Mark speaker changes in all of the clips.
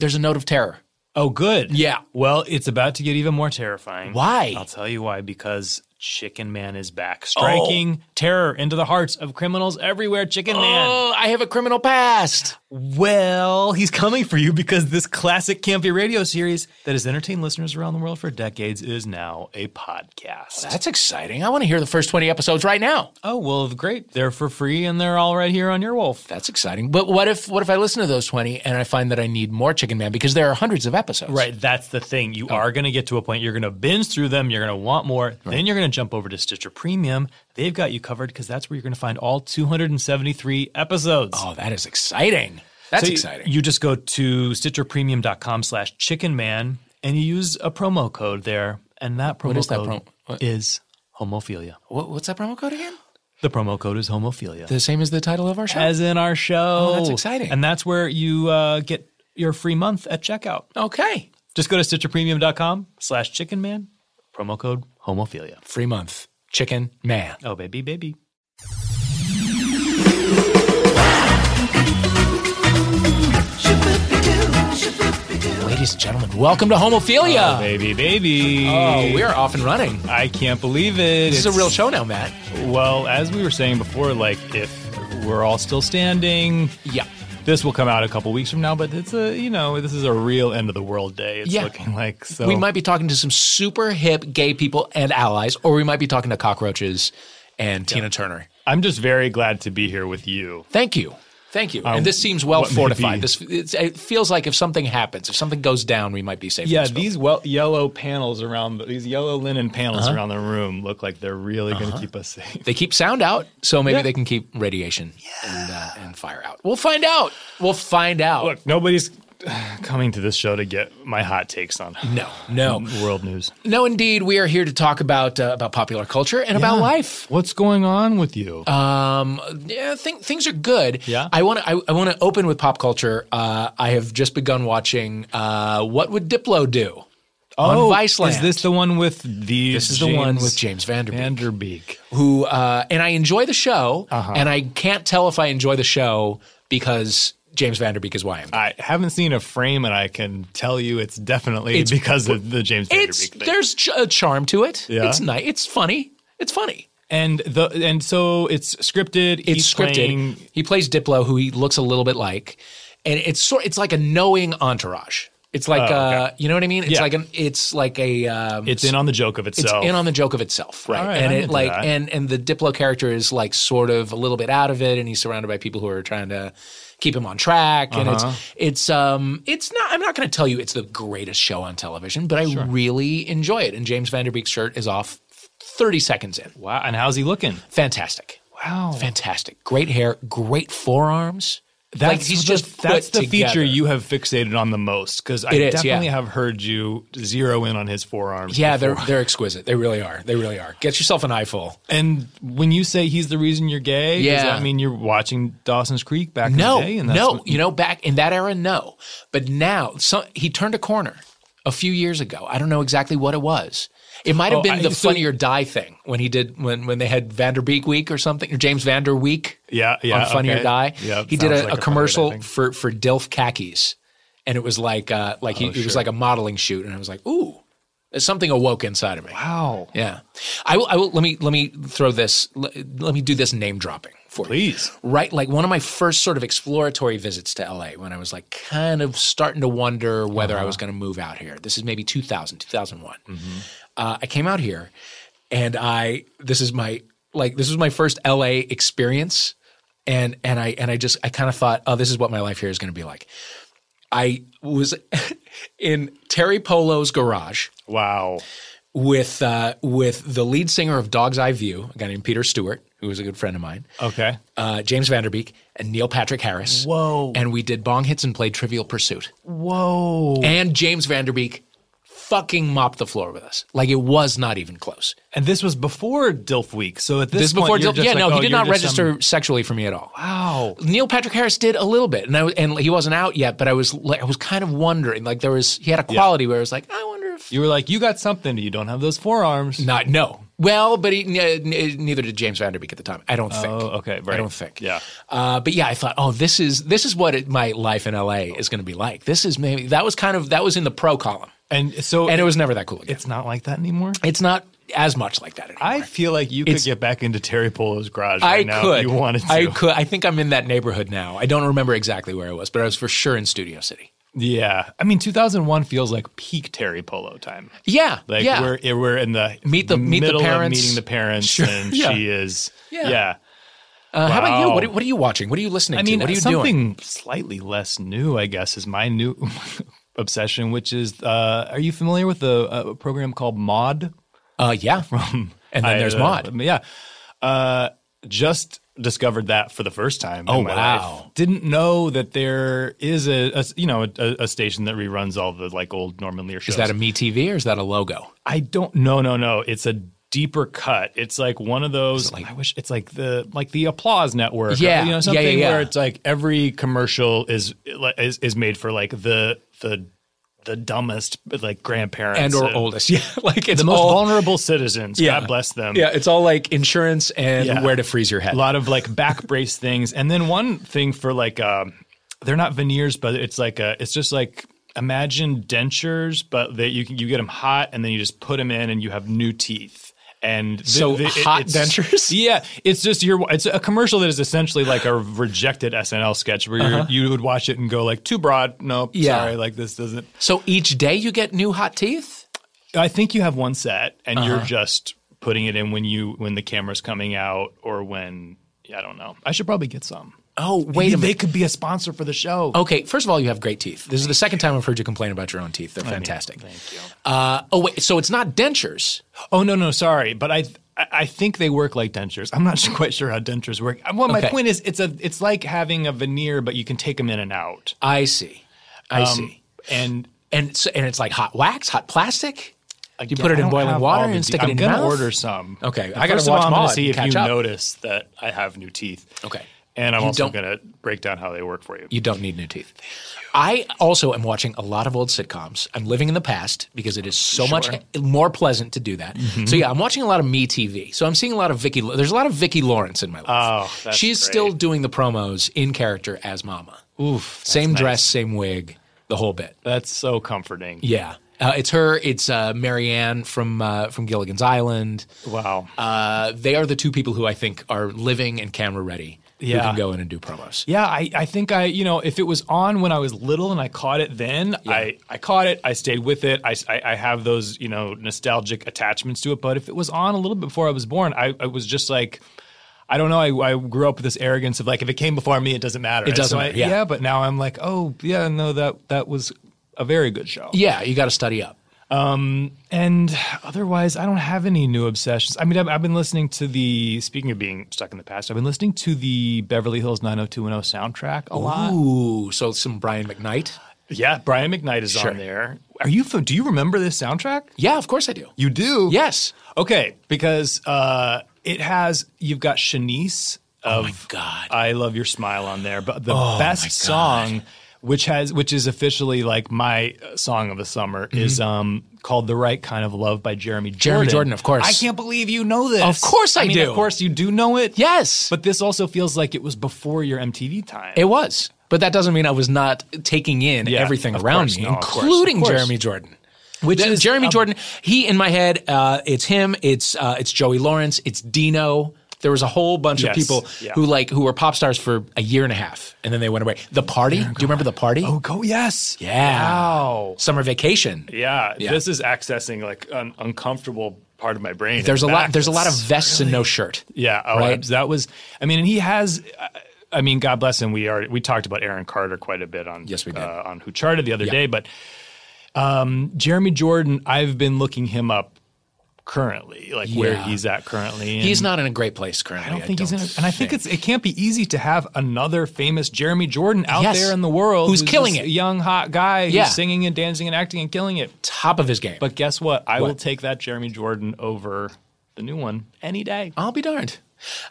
Speaker 1: There's a note of terror.
Speaker 2: Oh, good.
Speaker 1: Yeah.
Speaker 2: Well, it's about to get even more terrifying.
Speaker 1: Why?
Speaker 2: I'll tell you why. Because Chicken Man is back, striking
Speaker 1: Oh.
Speaker 2: terror into the hearts of criminals everywhere. Chicken Man.
Speaker 1: Oh, I have a criminal past.
Speaker 2: Well, he's coming for you because this classic campy radio series that has entertained listeners around the world for decades is now a podcast.
Speaker 1: That's exciting. I want to hear the first 20 episodes right now.
Speaker 2: oh, well, great. They're for free and they're all right here on your wolf.
Speaker 1: That's exciting. But what if what if I listen to those 20 and I find that I need more Chicken Man because there are hundreds of episodes.
Speaker 2: Right, that's the thing.
Speaker 1: Oh.
Speaker 2: You are going to get to a point. You're going to binge through them. You're going to want more. Then you're going to jump over to Stitcher Premium. They've got you covered because that's where you're going to find all 273 episodes.
Speaker 1: Oh, that is exciting. That's
Speaker 2: So you-
Speaker 1: exciting.
Speaker 2: You just go to stitcherpremium.com slash chicken man and you use a promo code there. And that promo
Speaker 1: is that
Speaker 2: code
Speaker 1: promo- what?
Speaker 2: is homophilia.
Speaker 1: What, what's that promo code again?
Speaker 2: The promo code is homophilia.
Speaker 1: The same as the title of our show.
Speaker 2: as in our show.
Speaker 1: that's exciting.
Speaker 2: And that's where you uh, get your free month at checkout.
Speaker 1: okay.
Speaker 2: Just go to stitcherpremium.com slash chicken man, promo code homophilia.
Speaker 1: Free month. Chicken Man.
Speaker 2: Oh, baby, baby.
Speaker 1: Ladies and gentlemen, welcome to Homophilia.
Speaker 2: Baby, baby.
Speaker 1: Oh, we are off and running.
Speaker 2: I can't believe it.
Speaker 1: This is a real show now, Matt.
Speaker 2: Well, as we were saying before, like, if we're all still standing,
Speaker 1: Yeah.
Speaker 2: this will come out a couple weeks from now, but it's a, you know, this is a real end of the world day. It's
Speaker 1: Yeah.
Speaker 2: looking like. So
Speaker 1: We might be talking to some super hip gay people and allies, or we might be talking to cockroaches and Tina Turner.
Speaker 2: I'm just very glad to be here with you.
Speaker 1: Thank you. Thank you. and this seems well
Speaker 2: Um, what may
Speaker 1: fortified.
Speaker 2: be-
Speaker 1: This it's, it feels like if something happens, if something goes down, we might be safe. in
Speaker 2: Yeah,
Speaker 1: this building.
Speaker 2: these well, yellow panels around, the, these yellow linen panels around the room look like they're really going to keep us safe.
Speaker 1: they keep sound out, so maybe
Speaker 2: Yeah.
Speaker 1: they can keep radiation and, uh, and fire out. We'll find out. We'll find out.
Speaker 2: Look, nobody's coming to this show to get my hot takes on
Speaker 1: No, no,
Speaker 2: world news.
Speaker 1: no. Indeed, we are here to talk about uh, about popular culture and about life. Oh,
Speaker 2: What's going on with you?
Speaker 1: yeah, thing, things are good.
Speaker 2: Yeah.
Speaker 1: I want to. I, I want to open with pop culture. Uh, I have just begun watching. Uh, what would Diplo do? on Viceland.
Speaker 2: Oh, Is this the one with the?
Speaker 1: This is the one with James Vanderbeek.
Speaker 2: Vanderbeek. Uh-huh.
Speaker 1: who uh, and I enjoy the show, and I can't tell if I enjoy the show because James Vanderbeek is why I'm.
Speaker 2: I haven't seen a frame, and I can tell you it's definitely
Speaker 1: It's-
Speaker 2: because of the James
Speaker 1: It's
Speaker 2: Vanderbeek thing.
Speaker 1: there's ch- a charm to it.
Speaker 2: Yeah.
Speaker 1: It's nice. It's funny. It's funny.
Speaker 2: And the and so it's scripted.
Speaker 1: It's
Speaker 2: he's
Speaker 1: scripted.
Speaker 2: playing-
Speaker 1: He plays Diplo, who he looks a little bit like, and it's sort. It's like a knowing entourage. It's like
Speaker 2: Oh, okay.
Speaker 1: uh, you know what I mean. It's
Speaker 2: Yeah.
Speaker 1: like an. It's like a. Um,
Speaker 2: it's in on the joke of
Speaker 1: it's
Speaker 2: itself.
Speaker 1: in on the joke of itself, right?
Speaker 2: All right,
Speaker 1: and
Speaker 2: I'm
Speaker 1: it
Speaker 2: into
Speaker 1: like
Speaker 2: that.
Speaker 1: and and the Diplo character is like sort of a little bit out of it, and he's surrounded by people who are trying to keep him on track, and
Speaker 2: Uh-huh.
Speaker 1: it's it's um it's not. I'm not going to tell you it's the greatest show on television, but I really enjoy it. And James Vanderbeek's shirt is off 30 seconds in.
Speaker 2: wow. And how's he looking?
Speaker 1: Fantastic,
Speaker 2: Wow.
Speaker 1: fantastic, great hair, great forearms.
Speaker 2: That's
Speaker 1: like he's
Speaker 2: the,
Speaker 1: just put
Speaker 2: that's the
Speaker 1: together.
Speaker 2: feature you have fixated on the most because I
Speaker 1: It is, yeah.
Speaker 2: definitely have heard you zero in on his forearms.
Speaker 1: Yeah,
Speaker 2: before.
Speaker 1: they're they're exquisite. They really are. They really are. Get yourself an eyeful.
Speaker 2: And when you say he's the reason you're gay, does
Speaker 1: Yeah.
Speaker 2: that mean you're watching Dawson's Creek back
Speaker 1: No,
Speaker 2: in the day? And
Speaker 1: no,
Speaker 2: what-
Speaker 1: you know, back in that era, no. But now, so, he turned a corner a few years ago. I don't know exactly what it was. It might have
Speaker 2: Oh,
Speaker 1: been
Speaker 2: I-
Speaker 1: the
Speaker 2: so-
Speaker 1: Funny or Die thing when he did when when they had Vanderbeek Week or something or James Vander Week.
Speaker 2: Yeah, yeah,
Speaker 1: on Funny
Speaker 2: okay.
Speaker 1: or Die.
Speaker 2: Yeah,
Speaker 1: he did
Speaker 2: sounds
Speaker 1: a, a
Speaker 2: like a Funny or Die
Speaker 1: commercial
Speaker 2: thing.
Speaker 1: for for Dilf khakis, and it was like uh like
Speaker 2: Oh,
Speaker 1: he, it was like a modeling shoot, and I was like, ooh, there's something awoke inside of me.
Speaker 2: Wow.
Speaker 1: Yeah, I will. I will. Let me let me throw this. Let, let me do this name dropping for you
Speaker 2: Please.
Speaker 1: right like one of my first sort of exploratory visits to LA when I was like kind of starting to wonder whether I was
Speaker 2: Uh-huh.
Speaker 1: going to move out here. This is maybe 2000, 2001.
Speaker 2: Mm-hmm.
Speaker 1: Uh, I came out here and I this is my like this was my first LA experience and and I and I just I kind of thought, oh, this is what my life here is going to be like. I was in Terry Polo's garage
Speaker 2: Wow.
Speaker 1: with uh, with the lead singer of Dog's Eye View, a guy named Peter Stewart, who was a good friend of mine
Speaker 2: Okay.
Speaker 1: uh, James Vanderbeek and Neil Patrick Harris.
Speaker 2: Whoa.
Speaker 1: And we did bong hits and played Trivial Pursuit.
Speaker 2: Whoa.
Speaker 1: And James Vanderbeek fucking mopped the floor with us. Like it was not even close.
Speaker 2: And this was before Dilf Week. So at this,
Speaker 1: This is
Speaker 2: point,
Speaker 1: before,
Speaker 2: you're
Speaker 1: Dil-
Speaker 2: just
Speaker 1: yeah,
Speaker 2: like,
Speaker 1: no,
Speaker 2: oh,
Speaker 1: he did
Speaker 2: you're
Speaker 1: not
Speaker 2: just some-
Speaker 1: register sexually for me at all.
Speaker 2: wow.
Speaker 1: Neil Patrick Harris did a little bit, and I, and he wasn't out yet, but I was like, I was kind of wondering. Like there was, he had a quality where I was like, I wonder if
Speaker 2: You were like, you got something. You don't have those forearms.
Speaker 1: not no. Well, but he, n- n- neither did James Vanderbeek at the time. I don't think.
Speaker 2: Oh, okay, right.
Speaker 1: I don't think.
Speaker 2: Yeah.
Speaker 1: Uh, but yeah, I thought, oh, this is this is what it, my life in LA is going to be like. This is maybe that was kind of that was in the pro column,
Speaker 2: And so
Speaker 1: and it was never that cool again. It's,
Speaker 2: it's not like that anymore.
Speaker 1: not as much like that anymore.
Speaker 2: I feel like you could
Speaker 1: It's-
Speaker 2: get back into Terry Polo's garage
Speaker 1: I
Speaker 2: right now
Speaker 1: could.
Speaker 2: if you wanted to.
Speaker 1: I could. I think I'm in that neighborhood now. I don't remember exactly where I was, but I was for sure in Studio City.
Speaker 2: yeah. I mean, 2001 feels like peak Terry Polo time.
Speaker 1: Yeah.
Speaker 2: Like
Speaker 1: yeah.
Speaker 2: we're eh, we're in the
Speaker 1: Meet the- meet the
Speaker 2: middle
Speaker 1: parents.
Speaker 2: of meeting the parents,
Speaker 1: Sure.
Speaker 2: and
Speaker 1: Yeah.
Speaker 2: she is
Speaker 1: Yeah.
Speaker 2: yeah.
Speaker 1: Uh, How about you?
Speaker 2: Wow.
Speaker 1: What are, what are you watching? What are you listening
Speaker 2: I mean,
Speaker 1: to? What are you
Speaker 2: something
Speaker 1: doing?
Speaker 2: slightly less new, I guess, is my new obsession, which is uh, are you familiar with a, a program called Mod?
Speaker 1: Uh, yeah. and then
Speaker 2: I,
Speaker 1: there's
Speaker 2: uh,
Speaker 1: Maud.
Speaker 2: Yeah. Uh, just discovered that for the first time.
Speaker 1: Oh,
Speaker 2: in my
Speaker 1: wow.
Speaker 2: life. Didn't know that there is a, a you know a, a station that reruns all the like old Norman Lear shows.
Speaker 1: Is that a Me TV or is that a logo?
Speaker 2: I don't. No, no, no. It's a deeper cut. It's like one of those. I wish it's like the like the applause network. or,
Speaker 1: Yeah,
Speaker 2: you
Speaker 1: yeah,
Speaker 2: know something
Speaker 1: yeah, yeah.
Speaker 2: where it's like every commercial is is is made for like the the the dumbest like grandparents
Speaker 1: And or
Speaker 2: uh,
Speaker 1: oldest? Yeah. Like it's
Speaker 2: the most
Speaker 1: all,
Speaker 2: vulnerable citizens.
Speaker 1: Yeah.
Speaker 2: God bless them.
Speaker 1: Yeah. It's all like insurance and
Speaker 2: Yeah.
Speaker 1: where to freeze your head.
Speaker 2: A lot of like back brace things, and then one thing for like um, they're not veneers, but it's like a, it's just like imagine dentures, but that you can you get them hot, and then you just put them in, and you have new teeth. And th-
Speaker 1: So
Speaker 2: th- it-
Speaker 1: hot
Speaker 2: it's-
Speaker 1: dentures?
Speaker 2: Yeah, it's just your. It's a commercial that is essentially like a rejected SNL sketch where you're you would watch it and go like too broad. Nope,
Speaker 1: Uh-huh. Yeah.
Speaker 2: sorry, like this doesn't.
Speaker 1: So each day you get new hot teeth?
Speaker 2: I think you have one set, and you're
Speaker 1: Uh-huh.
Speaker 2: just putting it in when you when the camera's coming out or when I don't know. I should probably get some.
Speaker 1: Oh, wait a minute.
Speaker 2: They could be a sponsor for the show.
Speaker 1: Okay, first of all, you have great teeth. This is the second time I've heard you complain about your own teeth. They're fantastic. thank you. Uh, oh wait, so it's not dentures.
Speaker 2: Oh no, no, sorry, but I I I think they work like dentures. I'm not quite sure how dentures work. Well, my
Speaker 1: Okay.
Speaker 2: point is, it's a it's like having a veneer, but you can take them in and out. Um,
Speaker 1: I see. I see.
Speaker 2: And
Speaker 1: And so, and it's like hot wax, hot plastic. you
Speaker 2: again,
Speaker 1: put it
Speaker 2: I
Speaker 1: in
Speaker 2: don't
Speaker 1: boiling
Speaker 2: have
Speaker 1: water
Speaker 2: all the
Speaker 1: and
Speaker 2: de-
Speaker 1: stick it
Speaker 2: I'm
Speaker 1: in your
Speaker 2: gonna
Speaker 1: mouth.
Speaker 2: order some.
Speaker 1: Okay,
Speaker 2: And
Speaker 1: I gotta
Speaker 2: first of all,
Speaker 1: watch
Speaker 2: I'm gonna
Speaker 1: Maud
Speaker 2: see
Speaker 1: and
Speaker 2: if you
Speaker 1: catch up.
Speaker 2: notice that I have new teeth.
Speaker 1: Okay.
Speaker 2: And I'm also
Speaker 1: don't-
Speaker 2: gonna break down how they work for you.
Speaker 1: You don't need new teeth. I also am watching a lot of old sitcoms. I'm living in the past because it is so much more pleasant to do that.
Speaker 2: Mm-hmm.
Speaker 1: So yeah, I'm watching a lot of Me TV. So I'm seeing a lot of Vicky. There's a lot of Vicky Lawrence in my life.
Speaker 2: Oh, that's
Speaker 1: she's
Speaker 2: great.
Speaker 1: still doing the promos in character as Mama. Oof. Same dress, same wig, the whole bit.
Speaker 2: That's so comforting.
Speaker 1: Yeah. Uh, it's her. It's uh, Marianne from uh, from Gilligan's Island.
Speaker 2: Wow.
Speaker 1: Uh, they are the two people who I think are living and camera ready. Who
Speaker 2: Yeah.
Speaker 1: can go in and do promos.
Speaker 2: Yeah, I, I think I, you know, if it was on when I was little and I caught it then, I, I caught it, I stayed with it. I, I, I have those, you know, nostalgic attachments to it. But if it was on a little bit before I was born, I, I was just like, I don't know. I, I grew up with this arrogance of like, if it came before me, it doesn't matter. And
Speaker 1: doesn't
Speaker 2: I-
Speaker 1: matter, yeah.
Speaker 2: But now I'm like, oh, yeah, no, that, that was a very good show.
Speaker 1: Yeah, you got to study up.
Speaker 2: And otherwise, I don't have any new obsessions. I mean, I've, I've been listening to the, speaking of being stuck in the past, I've been listening to the Beverly Hills 90210 soundtrack a lot.
Speaker 1: Ooh, so some Brian McKnight.
Speaker 2: Yeah, Brian McKnight is
Speaker 1: Sure.
Speaker 2: on there. Are you? fa- Do you remember this soundtrack?
Speaker 1: Yeah, of course I do.
Speaker 2: You do.
Speaker 1: Yes.
Speaker 2: Okay, because uh, it has you've got Shanice of
Speaker 1: God.
Speaker 2: I Love Your Smile on there, but the
Speaker 1: Oh
Speaker 2: best song, which has which is officially like my uh, song of the summer, is um called "The Right Kind of Love" by Jeremy Jordan.
Speaker 1: Mm-hmm. Jeremy Jordan, of course.
Speaker 2: I can't believe you know this.
Speaker 1: Of course I
Speaker 2: mean,
Speaker 1: do.
Speaker 2: Of course you do know it.
Speaker 1: Yes.
Speaker 2: But this also feels like it was before your MTV time.
Speaker 1: it was. But that doesn't mean I was not taking in
Speaker 2: Yeah,
Speaker 1: everything
Speaker 2: of
Speaker 1: around
Speaker 2: course,
Speaker 1: me,
Speaker 2: no, of course,
Speaker 1: including
Speaker 2: of course.
Speaker 1: Jeremy Jordan. Which
Speaker 2: is,
Speaker 1: Jeremy
Speaker 2: um,
Speaker 1: Jordan? He in my head. Uh, it's him. It's uh, it's Joey Lawrence. It's Dino. There was a whole bunch of
Speaker 2: Yes,
Speaker 1: people
Speaker 2: yeah.
Speaker 1: who like who were pop stars for a year and a half, and then they went away. The party. Do you remember the party?
Speaker 2: oh, go yes.
Speaker 1: yeah.
Speaker 2: Wow.
Speaker 1: Summer vacation.
Speaker 2: Yeah,
Speaker 1: Yeah.
Speaker 2: this is accessing like an uncomfortable part of my brain.
Speaker 1: There's a
Speaker 2: In
Speaker 1: lot.
Speaker 2: fact,
Speaker 1: There's a lot of
Speaker 2: it's-
Speaker 1: vests and no shirt.
Speaker 2: yeah. Oh,
Speaker 1: right?
Speaker 2: that was. I mean, and he has. I- I mean, God bless him. We are. We talked about Aaron Carter quite a bit on.
Speaker 1: Yes, we did.
Speaker 2: Uh, on Who Charted the other day, but um, Jeremy Jordan. I've been looking him up currently, like where
Speaker 1: Yeah.
Speaker 2: he's at currently. and
Speaker 1: He's not in a great place currently.
Speaker 2: I don't think he's in. A, and I think it's. It can't be easy to have another famous Jeremy Jordan out
Speaker 1: Yes.
Speaker 2: there in the world
Speaker 1: Who's killing
Speaker 2: this
Speaker 1: it.
Speaker 2: Young hot guy
Speaker 1: Yeah.
Speaker 2: who's singing and dancing and acting and killing it.
Speaker 1: top of his game.
Speaker 2: But guess what? I will take that Jeremy Jordan over the new one any day.
Speaker 1: I'll be darned.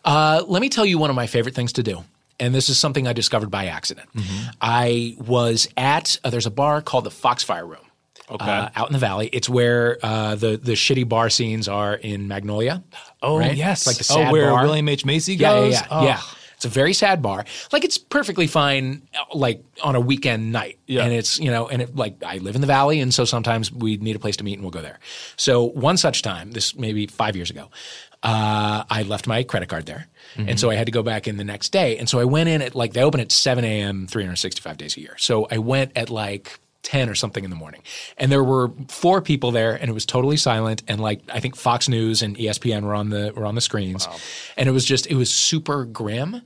Speaker 1: Uh, let me tell you one of my favorite things to do. And this is something
Speaker 2: Mm-hmm.
Speaker 1: I discovered by accident. I was at, uh, there's a bar called the Foxfire Room.
Speaker 2: Okay.
Speaker 1: uh, out in the valley. It's where uh, the the shitty bar scenes are in Magnolia.
Speaker 2: oh
Speaker 1: right?
Speaker 2: yes.
Speaker 1: like the sad
Speaker 2: oh, where
Speaker 1: bar.
Speaker 2: William H Macy
Speaker 1: Yeah, yeah,
Speaker 2: goes.
Speaker 1: yeah,
Speaker 2: Oh.
Speaker 1: yeah. It's a very sad bar. Like it's perfectly fine, uh, like on a weekend night.
Speaker 2: Yeah.
Speaker 1: And it's you know, and it like I live in the valley, and so sometimes we need a place to meet, and we'll go there. So one such time, this maybe five years ago, uh, I left my credit card there, and so I had to go back in the next day. And so I went in at like they open at seven a.m. three hundred sixty-five days a year. So I went at like. 10 or something in the morning. And there were four people there and it was totally silent and like I think Fox News and E ESPN were on the were on the screens. And it was just it was super grim.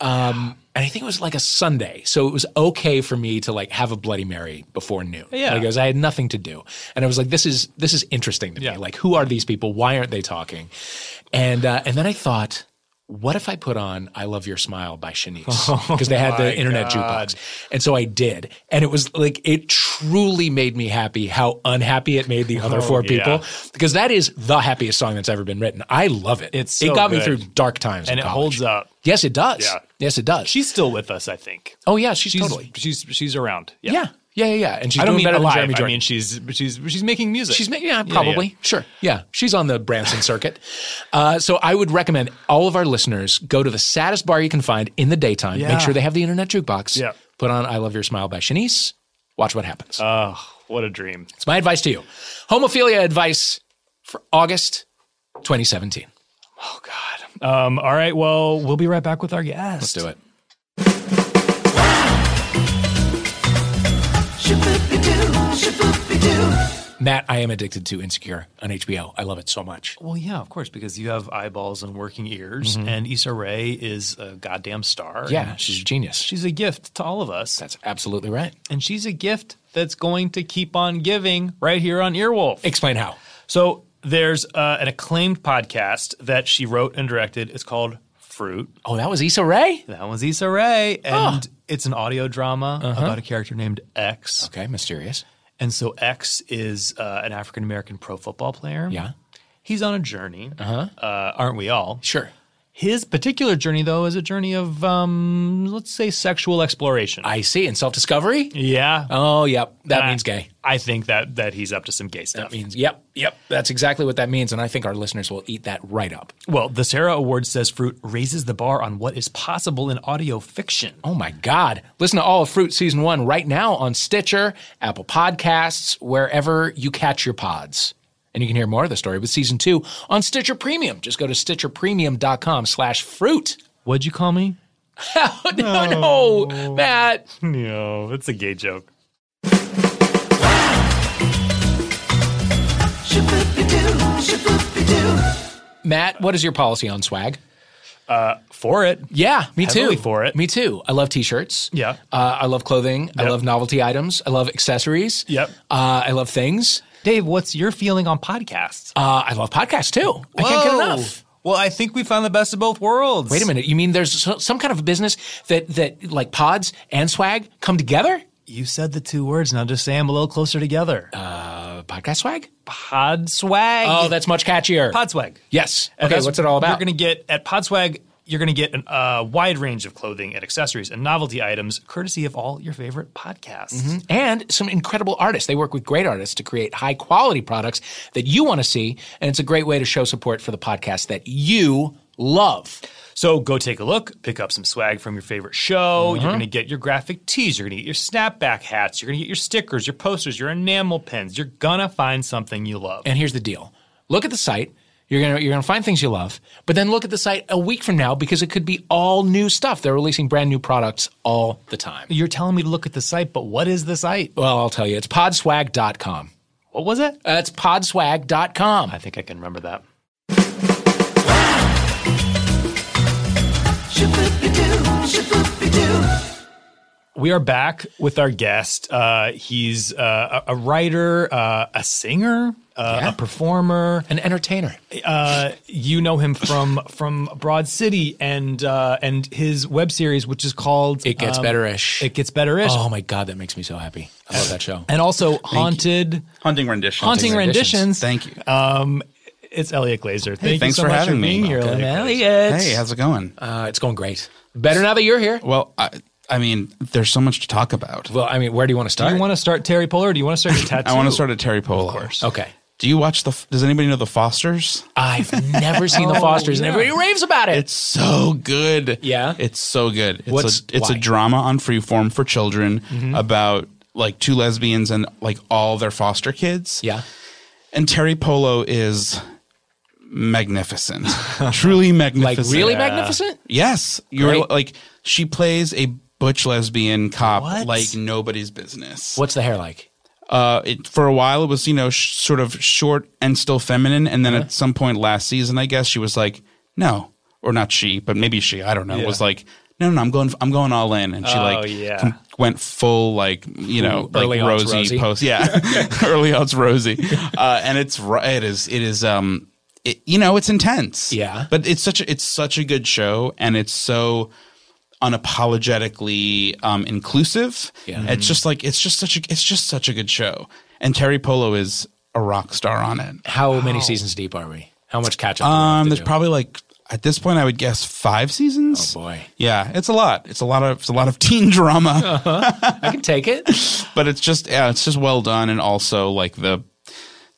Speaker 1: Um, and I think it was like a Sunday, so it was okay for me to like have a Bloody Mary before noon.
Speaker 2: Yeah.
Speaker 1: like, I was- I had nothing to do, and I was like, "This is this is interesting to
Speaker 2: Yeah.
Speaker 1: me. Like, who are these people? Why aren't they talking?" And uh, and then I thought, what if I put on "I Love Your Smile" by Shanice because they had
Speaker 2: Oh my
Speaker 1: the internet
Speaker 2: God.
Speaker 1: jukebox, and so I did, and it was like it truly made me happy. How unhappy it made the other four
Speaker 2: Oh, yeah.
Speaker 1: people because that is the happiest song that's ever been written. I love it.
Speaker 2: It's
Speaker 1: it
Speaker 2: so
Speaker 1: got me
Speaker 2: good.
Speaker 1: through dark times,
Speaker 2: And
Speaker 1: in
Speaker 2: it
Speaker 1: college.
Speaker 2: holds up.
Speaker 1: Yes, it does.
Speaker 2: Yeah.
Speaker 1: Yes, it does.
Speaker 2: She's still with us, I think.
Speaker 1: oh yeah, she's,
Speaker 2: She's
Speaker 1: totally.
Speaker 2: she's she's around.
Speaker 1: Yeah. yeah, yeah, yeah, And she's
Speaker 2: I don't
Speaker 1: doing
Speaker 2: mean
Speaker 1: better
Speaker 2: alive.
Speaker 1: than Jeremy
Speaker 2: I
Speaker 1: Jordan.
Speaker 2: mean she's she's she's making music.
Speaker 1: she's ma- yeah, probably sure. Yeah, she's on the Branson circuit. Uh, so I would recommend all of our listeners go to the saddest bar you can find in the daytime.
Speaker 2: Yeah.
Speaker 1: Make sure they have the internet jukebox.
Speaker 2: Yeah.
Speaker 1: Put on "I Love Your Smile" by Shanice. Watch what happens.
Speaker 2: Oh, what a dream.
Speaker 1: it's my advice to you. Homophilia advice for August 2017.
Speaker 2: Oh God. Um, all right. Well, we'll be right back with our guest.
Speaker 1: Let's do it. Matt, I am addicted to Insecure on HBO. I love it so much.
Speaker 2: Well, yeah, of course, because you have eyeballs and working ears, and Issa Rae is a goddamn star.
Speaker 1: Mm-hmm. Yeah,
Speaker 2: And
Speaker 1: she's a genius.
Speaker 2: she's a gift to all of us,
Speaker 1: That's absolutely right.
Speaker 2: and she's a gift that's going to keep on giving right here on Earwolf.
Speaker 1: Explain how.
Speaker 2: So there's uh, an acclaimed podcast that she wrote and directed. It's called Fruit.
Speaker 1: Oh, that was Issa Rae?
Speaker 2: That one's Issa Rae,
Speaker 1: Ah.
Speaker 2: and it's an audio drama about a character named X.
Speaker 1: Uh-huh. Okay, mysterious.
Speaker 2: And so X is uh, an African American pro football player.
Speaker 1: Yeah.
Speaker 2: He's on a journey. Uh-huh. aren't we all?
Speaker 1: Sure.
Speaker 2: His particular journey, though, is a journey of, um, let's say, sexual exploration.
Speaker 1: I see. And self discovery?
Speaker 2: yeah.
Speaker 1: Oh, yep. That
Speaker 2: I-
Speaker 1: means gay.
Speaker 2: I think that that he's up to some gay stuff.
Speaker 1: That means, yep, yep. That's exactly what that means. And I think our listeners will eat that right up.
Speaker 2: well, the Sarah Award says Fruit raises the bar on what is possible in audio fiction.
Speaker 1: Oh my God. Listen to All of Fruit Season 1 right now on Stitcher, Apple Podcasts, wherever you catch your pods. And you can hear more of the story with Season 2 on Stitcher Premium. Just go to stitcherpremium.com slash fruit.
Speaker 2: What'd you call me?
Speaker 1: Oh, no, no, Matt.
Speaker 2: No, it's a gay joke.
Speaker 1: Matt, what is your policy on swag?
Speaker 2: For it.
Speaker 1: Yeah, me
Speaker 2: Heavily
Speaker 1: too.
Speaker 2: for it.
Speaker 1: Me too. I love t-shirts.
Speaker 2: Yeah.
Speaker 1: Uh, I love clothing. I
Speaker 2: Yep.
Speaker 1: love novelty items. I love accessories.
Speaker 2: Yep.
Speaker 1: Uh, I love things.
Speaker 2: Dave, what's your feeling on podcasts?
Speaker 1: Uh, I love podcasts too. I can't get enough.
Speaker 2: Oh, Well, I think we found the best of both worlds.
Speaker 1: Wait a minute. You mean there's so, some kind of a business that that like pods and swag come together?
Speaker 2: You said the two words. Now just say them a little closer together.
Speaker 1: Uh, podcast swag?
Speaker 2: pod swag.
Speaker 1: Oh, that's much catchier.
Speaker 2: pod swag.
Speaker 1: Yes.
Speaker 2: And
Speaker 1: Okay,
Speaker 2: that's-
Speaker 1: what's it all
Speaker 2: You're
Speaker 1: about?
Speaker 2: going to get at Podswag. You're going to get a wide range of clothing and accessories and novelty items, courtesy of all your favorite podcasts.
Speaker 1: and some incredible artists. They work with great artists to create high quality products that you want to see, and it's a great way to show support for the podcast that you love.
Speaker 2: So go take a look, pick up some swag from your favorite show. You're going to get your graphic tees. You're going to get your snapback hats. You're going to get your stickers, your posters, your enamel pins. You're going to find something you love.
Speaker 1: And here's the deal: look at the site. You're gonna you're gonna find things you love, but then look at the site a week from now because it could be all new stuff. They're releasing brand new products all the time.
Speaker 2: You're telling me to look at the site, but what is the site?
Speaker 1: Well, I'll tell you, it's podswag.com.
Speaker 2: What was it?
Speaker 1: That's podswag.com.
Speaker 2: I think I can remember that. We are back with our guest. Uh, he's uh, a a writer, uh, a singer, uh,
Speaker 1: Yeah.
Speaker 2: a performer.
Speaker 1: An entertainer.
Speaker 2: Uh, you know him from from Broad City and uh, and his web series, which is called
Speaker 1: It gets
Speaker 2: um,
Speaker 1: better-ish.
Speaker 2: It gets betterish,
Speaker 1: oh my god, that makes me so happy. I love that show.
Speaker 2: and also haunted
Speaker 3: Hunting rendition.
Speaker 2: haunting renditions.
Speaker 1: Renditions. Uh,
Speaker 3: Thank you.
Speaker 2: It's Elliot Glazer. Thank
Speaker 3: thanks
Speaker 2: you so
Speaker 3: for
Speaker 2: much
Speaker 3: having
Speaker 2: for
Speaker 3: me.
Speaker 2: being here,
Speaker 3: Okay.
Speaker 2: Elliot.
Speaker 3: hey, how's it going?
Speaker 1: Uh, it's going great. Better now that you're here.
Speaker 3: well, I, I mean, there's so much to talk about.
Speaker 1: Well, I mean, where do you want to
Speaker 2: Do
Speaker 1: start?
Speaker 2: you want to start Terry Polar? Or do you want to start your tattoo?
Speaker 3: I want to start at Terry Polo.
Speaker 1: okay.
Speaker 3: Do you watch the? Does anybody know the Fosters?
Speaker 1: I've never seen The Fosters, and everybody raves about it.
Speaker 3: It's so good.
Speaker 1: Yeah?
Speaker 3: It's so good. It's
Speaker 1: What's-
Speaker 3: a it's
Speaker 1: why? Mm-hmm.
Speaker 3: a drama on freeform for children about like two lesbians and like all their foster kids.
Speaker 1: yeah.
Speaker 3: And Terry Polo is magnificent. Truly
Speaker 1: Like
Speaker 3: magnificent.
Speaker 1: really magnificent?
Speaker 3: Yes. You're
Speaker 1: Great.
Speaker 3: like she plays a butch lesbian cop
Speaker 1: What?
Speaker 3: like nobody's business.
Speaker 1: What's the hair like?
Speaker 3: Uh, it, for a while, it was you know sh- sort of short and still feminine, and then
Speaker 1: Uh-huh.
Speaker 3: at some point last season, I guess she was like, no, or not she, but maybe she, I don't know, was like, no, no, I'm going, I'm going all in, and she like
Speaker 2: yeah.
Speaker 3: went full like you know
Speaker 1: Oh, Early
Speaker 3: like
Speaker 1: aughts
Speaker 3: Rosie,
Speaker 1: Rosie.
Speaker 3: post, yeah, early odds Rosie, uh, and it's ri- it is it is um it, you know it's intense,
Speaker 1: Yeah.
Speaker 3: but it's such a, it's such a good show, and it's so unapologetically um, inclusive.
Speaker 1: Yeah.
Speaker 3: It's just like it's just such a it's just such a good show. And Terry Polo is a rock star on it.
Speaker 1: How many seasons deep are we? How much catch up? do we have
Speaker 3: Um
Speaker 1: to
Speaker 3: there's
Speaker 1: do?
Speaker 3: probably like at this point I would guess 5 seasons.
Speaker 1: Oh, boy.
Speaker 3: Yeah, it's a lot. It's a lot of it's a lot of teen drama,
Speaker 1: I can take it.
Speaker 3: but it's just yeah, it's just well done and also like the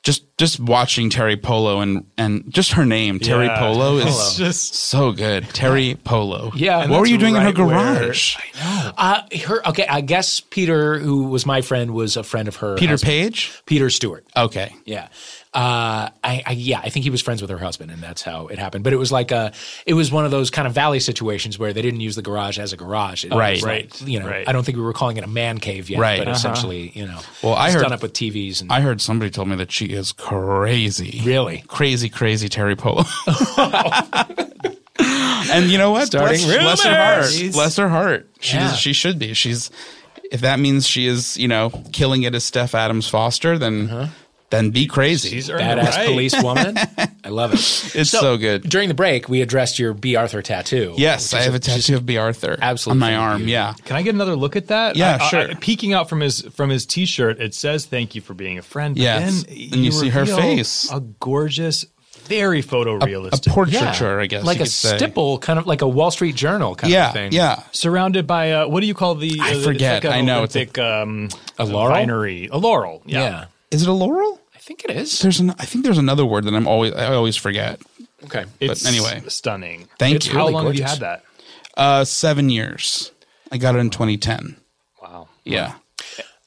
Speaker 3: just just watching Terry Polo and and just her name Terry
Speaker 2: Yeah.
Speaker 3: Polo is
Speaker 2: It's just-
Speaker 3: so good. Terry Polo.
Speaker 1: Yeah, and
Speaker 3: What were
Speaker 2: that's
Speaker 3: you doing in her
Speaker 2: right where-
Speaker 3: garage?
Speaker 1: Uh, her okay. I guess Peter, who was my friend, was a friend of her.
Speaker 3: Peter
Speaker 1: husband.
Speaker 3: Page?
Speaker 1: Peter Stewart.
Speaker 3: Okay.
Speaker 1: Yeah. Uh, I, I, yeah, I think he was friends with her husband and that's how it happened. But it was like a, it was one of those kind of valley situations where they didn't use the garage as a garage. It was
Speaker 3: Right.
Speaker 1: like,
Speaker 2: Right.
Speaker 1: you know,
Speaker 2: Right.
Speaker 1: I don't think we were calling it a man cave yet,
Speaker 3: Right.
Speaker 1: but
Speaker 3: Uh-huh.
Speaker 1: essentially, you know,
Speaker 3: Well, I
Speaker 1: it's
Speaker 3: heard-
Speaker 1: done up with TVs and
Speaker 3: I heard somebody told me that she is crazy.
Speaker 1: Really?
Speaker 3: Crazy, crazy Terry Polo. and you know what?
Speaker 1: Starting
Speaker 3: bless, bless her
Speaker 1: rumors.
Speaker 3: heart. Bless her heart. She
Speaker 1: Yeah.
Speaker 3: she should be. She's if that means she is, you know, killing it as Steph Adams Foster, then
Speaker 1: Uh-huh.
Speaker 3: then be crazy.
Speaker 2: She's earned the
Speaker 1: badass
Speaker 2: right.
Speaker 1: police woman. I love it.
Speaker 3: it's so, good.
Speaker 1: During the break, we addressed your B. Arthur tattoo.
Speaker 3: Yes,
Speaker 1: which
Speaker 3: I
Speaker 1: is
Speaker 3: have a tattoo of B. Arthur
Speaker 1: absolutely
Speaker 3: on my arm.
Speaker 1: beautiful.
Speaker 3: Yeah.
Speaker 2: Can I get another look at that?
Speaker 3: Yeah,
Speaker 2: I- I-
Speaker 3: sure.
Speaker 2: I- peeking out from his from his t-shirt, it says "Thank you for being a friend." But
Speaker 3: Yes.
Speaker 2: then
Speaker 3: And you see her
Speaker 2: reveal
Speaker 3: face.
Speaker 2: a gorgeous, very
Speaker 3: A
Speaker 2: photorealistic,
Speaker 3: portraiture, I guess.
Speaker 1: Like
Speaker 3: you
Speaker 1: a
Speaker 3: could say.
Speaker 1: stipple, kind of like a Wall Street Journal kind of
Speaker 3: Yeah.
Speaker 1: thing.
Speaker 3: Yeah.
Speaker 2: surrounded by uh, what do you call the?
Speaker 3: I
Speaker 2: uh, it's
Speaker 3: forget.
Speaker 2: like an
Speaker 3: I know, it's a-
Speaker 2: Olympic, um,
Speaker 1: A laurel?
Speaker 2: Vinery, a laurel. Yeah.
Speaker 1: Yeah.
Speaker 3: Is it a laurel?
Speaker 1: I think it is.
Speaker 3: There's an I think there's another word that I'm always I always forget.
Speaker 1: Okay.
Speaker 2: It's
Speaker 3: anyway.
Speaker 2: stunning.
Speaker 3: Thank
Speaker 2: It's-
Speaker 3: you.
Speaker 2: How
Speaker 3: Really
Speaker 2: long have
Speaker 3: gorgeous.
Speaker 2: you had that?
Speaker 3: Uh, seven years. I got it in 2010.
Speaker 2: Wow.
Speaker 3: Yeah.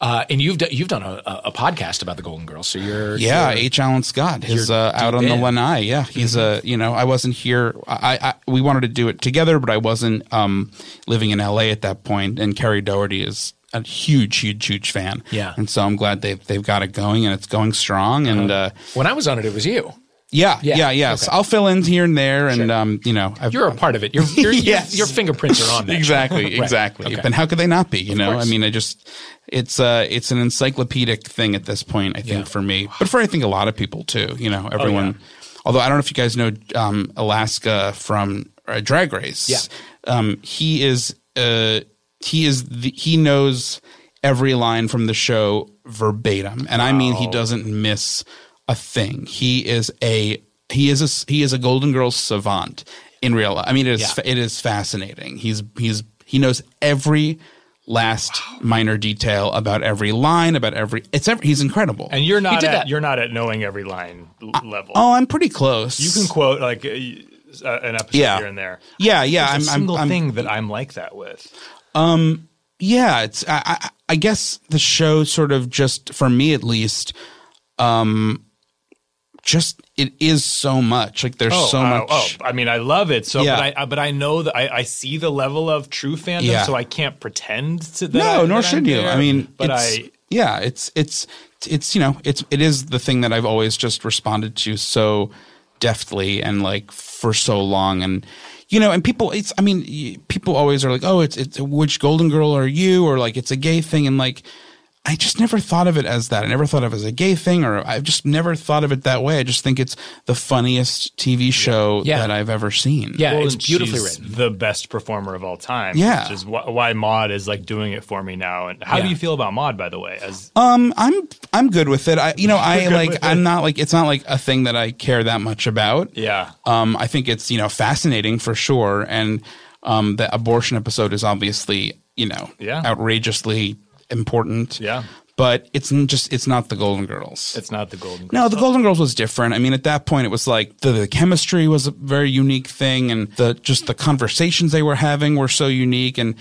Speaker 1: Uh, and you've done, you've done a, a a podcast about the Golden Girls, so you're
Speaker 3: Yeah.
Speaker 1: you're-
Speaker 3: H. Allen Scott. His
Speaker 1: you're
Speaker 3: uh, out on
Speaker 1: deep
Speaker 3: the
Speaker 1: in.
Speaker 3: lanai. Yeah. He's a, you know, I wasn't here. I, I, we wanted to do it together, but I wasn't um, living in LA at that point. And Kerry Doherty is a huge, huge, huge fan.
Speaker 1: Yeah.
Speaker 3: And so I'm glad they've, they've got it going and it's going strong. And uh,
Speaker 1: when I was on it, it was you.
Speaker 3: yeah,
Speaker 1: Uh-huh. Yeah.
Speaker 3: yeah, yeah. So
Speaker 1: Okay.
Speaker 3: I'll fill in here and there. And, um, you know, I've,
Speaker 1: You're a part of it. Your your,
Speaker 3: Yes.
Speaker 1: your, your fingerprints are on that.
Speaker 3: exactly exactly
Speaker 1: Okay.
Speaker 3: and how could they not be you know i
Speaker 1: course.
Speaker 3: mean i just it's uh it's an encyclopedic thing at this point i think
Speaker 1: Yeah. Oh,
Speaker 3: for me but for i think a lot of people too you know everyone although i don't know if you guys know um alaska from uh, drag race
Speaker 1: Yeah.
Speaker 3: um he is uh he is the, he knows every line from the show verbatim and i mean he doesn't miss a thing he is a he is a he is a golden girl savant in real life i mean it is
Speaker 1: Yeah.
Speaker 3: fa- it is fascinating he's he's he knows every last minor detail about every line about every it's every, he's incredible
Speaker 2: And you're not
Speaker 1: did
Speaker 2: at
Speaker 1: that.
Speaker 2: you're not at knowing every line l- level.
Speaker 3: oh i'm pretty close
Speaker 2: You can quote like uh, y- uh, an episode
Speaker 3: Yeah.
Speaker 2: here and there.
Speaker 3: yeah yeah i'm
Speaker 2: There's a
Speaker 3: I'm-
Speaker 2: single
Speaker 3: I'm,
Speaker 2: thing that I'm like that with.
Speaker 3: yeah it's I, I i guess the show sort of just for me at least um just it is so much like there's so
Speaker 2: oh,
Speaker 3: much
Speaker 2: Oh, I mean, I love it. So,
Speaker 3: Yeah.
Speaker 2: but I, I, but I know that I, I see the level of true fandom.
Speaker 3: Yeah.
Speaker 2: So I can't pretend to that.
Speaker 3: no
Speaker 2: I-
Speaker 3: nor
Speaker 2: that I'm
Speaker 3: should you i
Speaker 2: there,
Speaker 3: mean
Speaker 2: but
Speaker 3: it's,
Speaker 2: I,
Speaker 3: yeah it's it's it's you know it's it is the thing that i've always just responded to so deftly and like for so long and you know and people it's i mean y- people always are like oh it's it's which golden girl are you or like it's a gay thing and like I just never thought of it as that. I never thought of it as a gay thing, or I've just never thought of it that way. I just think it's the funniest TV show
Speaker 1: Yeah.
Speaker 3: that I've ever seen.
Speaker 1: Yeah,
Speaker 2: Well,
Speaker 1: it's
Speaker 2: and
Speaker 1: beautifully
Speaker 2: she's
Speaker 1: written.
Speaker 2: The best performer of all time.
Speaker 3: Yeah.
Speaker 2: which is wh- why Maud is like doing it for me now. And how do
Speaker 1: Yeah.
Speaker 2: you feel about Maud, by the way? As
Speaker 3: Um, I'm I'm good with it. I you know I like I'm not like it's not like a thing that I care that much about.
Speaker 2: yeah,
Speaker 3: Um, I think it's you know fascinating for sure, and um, the abortion episode is obviously you know,
Speaker 2: Yeah.
Speaker 3: outrageously important.
Speaker 2: Yeah.
Speaker 3: But it's n- just it's not the Golden Girls.
Speaker 2: It's not the Golden Girls.
Speaker 3: no, the Golden Girls was different. I mean, at that point, it was like the, the chemistry was a very unique thing, and the just the conversations they were having were so unique. And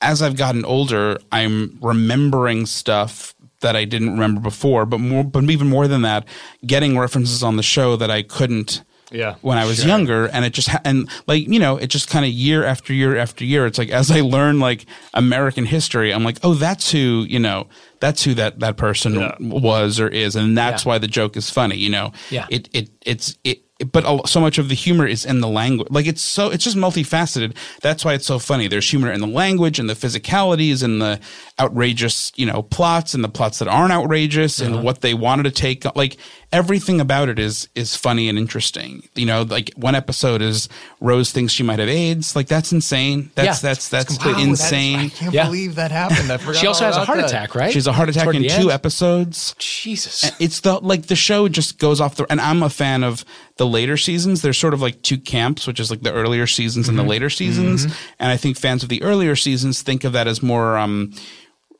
Speaker 3: as I've gotten older, I'm remembering stuff that I didn't remember before, but more, but even more than that, getting references on the show that I couldn't
Speaker 2: Yeah.
Speaker 3: when I was younger, and it just ha- and like you know, it just kind of year after year after year. It's like as I learn like American history, I'm like, oh, that's who you know, that's who that that person
Speaker 2: Yeah.
Speaker 3: was or is, and that's
Speaker 1: Yeah.
Speaker 3: why the joke is funny. You know,
Speaker 1: Yeah.
Speaker 3: it it it's it. it- But a- so much of the humor is in the language. Like it's so, it's just multifaceted. That's why it's so funny. There's humor in the language and the physicalities and the outrageous, you know, plots and the plots that aren't outrageous
Speaker 1: Uh-huh.
Speaker 3: and what they wanted to take. Like everything about it is is funny and interesting. You know, like one episode is Rose thinks she might have AIDS. Like that's insane. That's
Speaker 1: Yeah.
Speaker 3: that's that's
Speaker 4: Wow, that is- I
Speaker 3: insane.
Speaker 4: can't
Speaker 1: Yeah.
Speaker 4: believe that happened. I forgot
Speaker 1: She also
Speaker 4: all
Speaker 1: has a
Speaker 4: about
Speaker 1: heart
Speaker 4: that.
Speaker 1: attack, right?
Speaker 3: She has a heart attack
Speaker 1: Toward
Speaker 3: in
Speaker 1: the
Speaker 3: two
Speaker 1: end?
Speaker 3: episodes.
Speaker 1: Jesus.
Speaker 3: It's the like the show just goes off the and I'm a fan of the later seasons. There's sort of like two camps, which is like the earlier seasons
Speaker 1: Mm-hmm.
Speaker 3: and the later seasons. And I think fans of the earlier seasons think of that as more um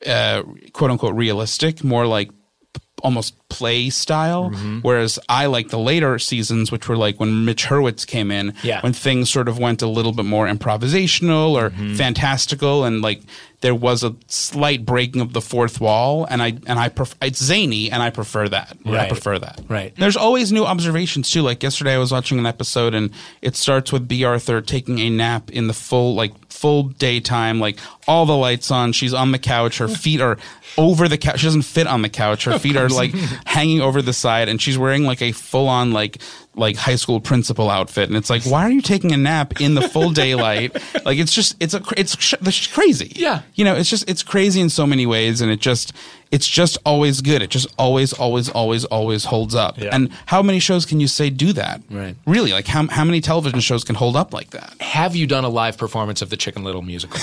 Speaker 3: uh quote unquote realistic, more like p- almost play style.
Speaker 1: Mm-hmm.
Speaker 3: Whereas I like the later seasons, which were like when Mitch Hurwitz came in,
Speaker 1: Yeah.
Speaker 3: when things sort of went a little bit more improvisational or
Speaker 1: Mm-hmm.
Speaker 3: fantastical, and like there was a slight breaking of the fourth wall, and I and I prefer it's zany, and I prefer that. I
Speaker 1: Right.
Speaker 3: prefer that.
Speaker 1: Right.
Speaker 3: There's always new observations too. Like yesterday, I was watching an episode, and it starts with B. Arthur taking a nap in the full like full daytime, like all the lights on. She's on the couch. Her feet are over the couch. She doesn't fit on the couch. Her feet are like hanging over the side, and she's wearing like a full on like like high school principal outfit. And it's like, why are you taking a nap in the full daylight? like it's just it's a cr- it's sh- it's crazy.
Speaker 1: Yeah.
Speaker 3: You know, it's just it's crazy in so many ways, and it just it's just always good. It just always, always, always, always holds up.
Speaker 2: Yeah.
Speaker 3: And how many shows can you say do that?
Speaker 1: Right.
Speaker 3: Really, like how how many television shows can hold up like that?
Speaker 1: Have you done a live performance of the Chicken Little musical?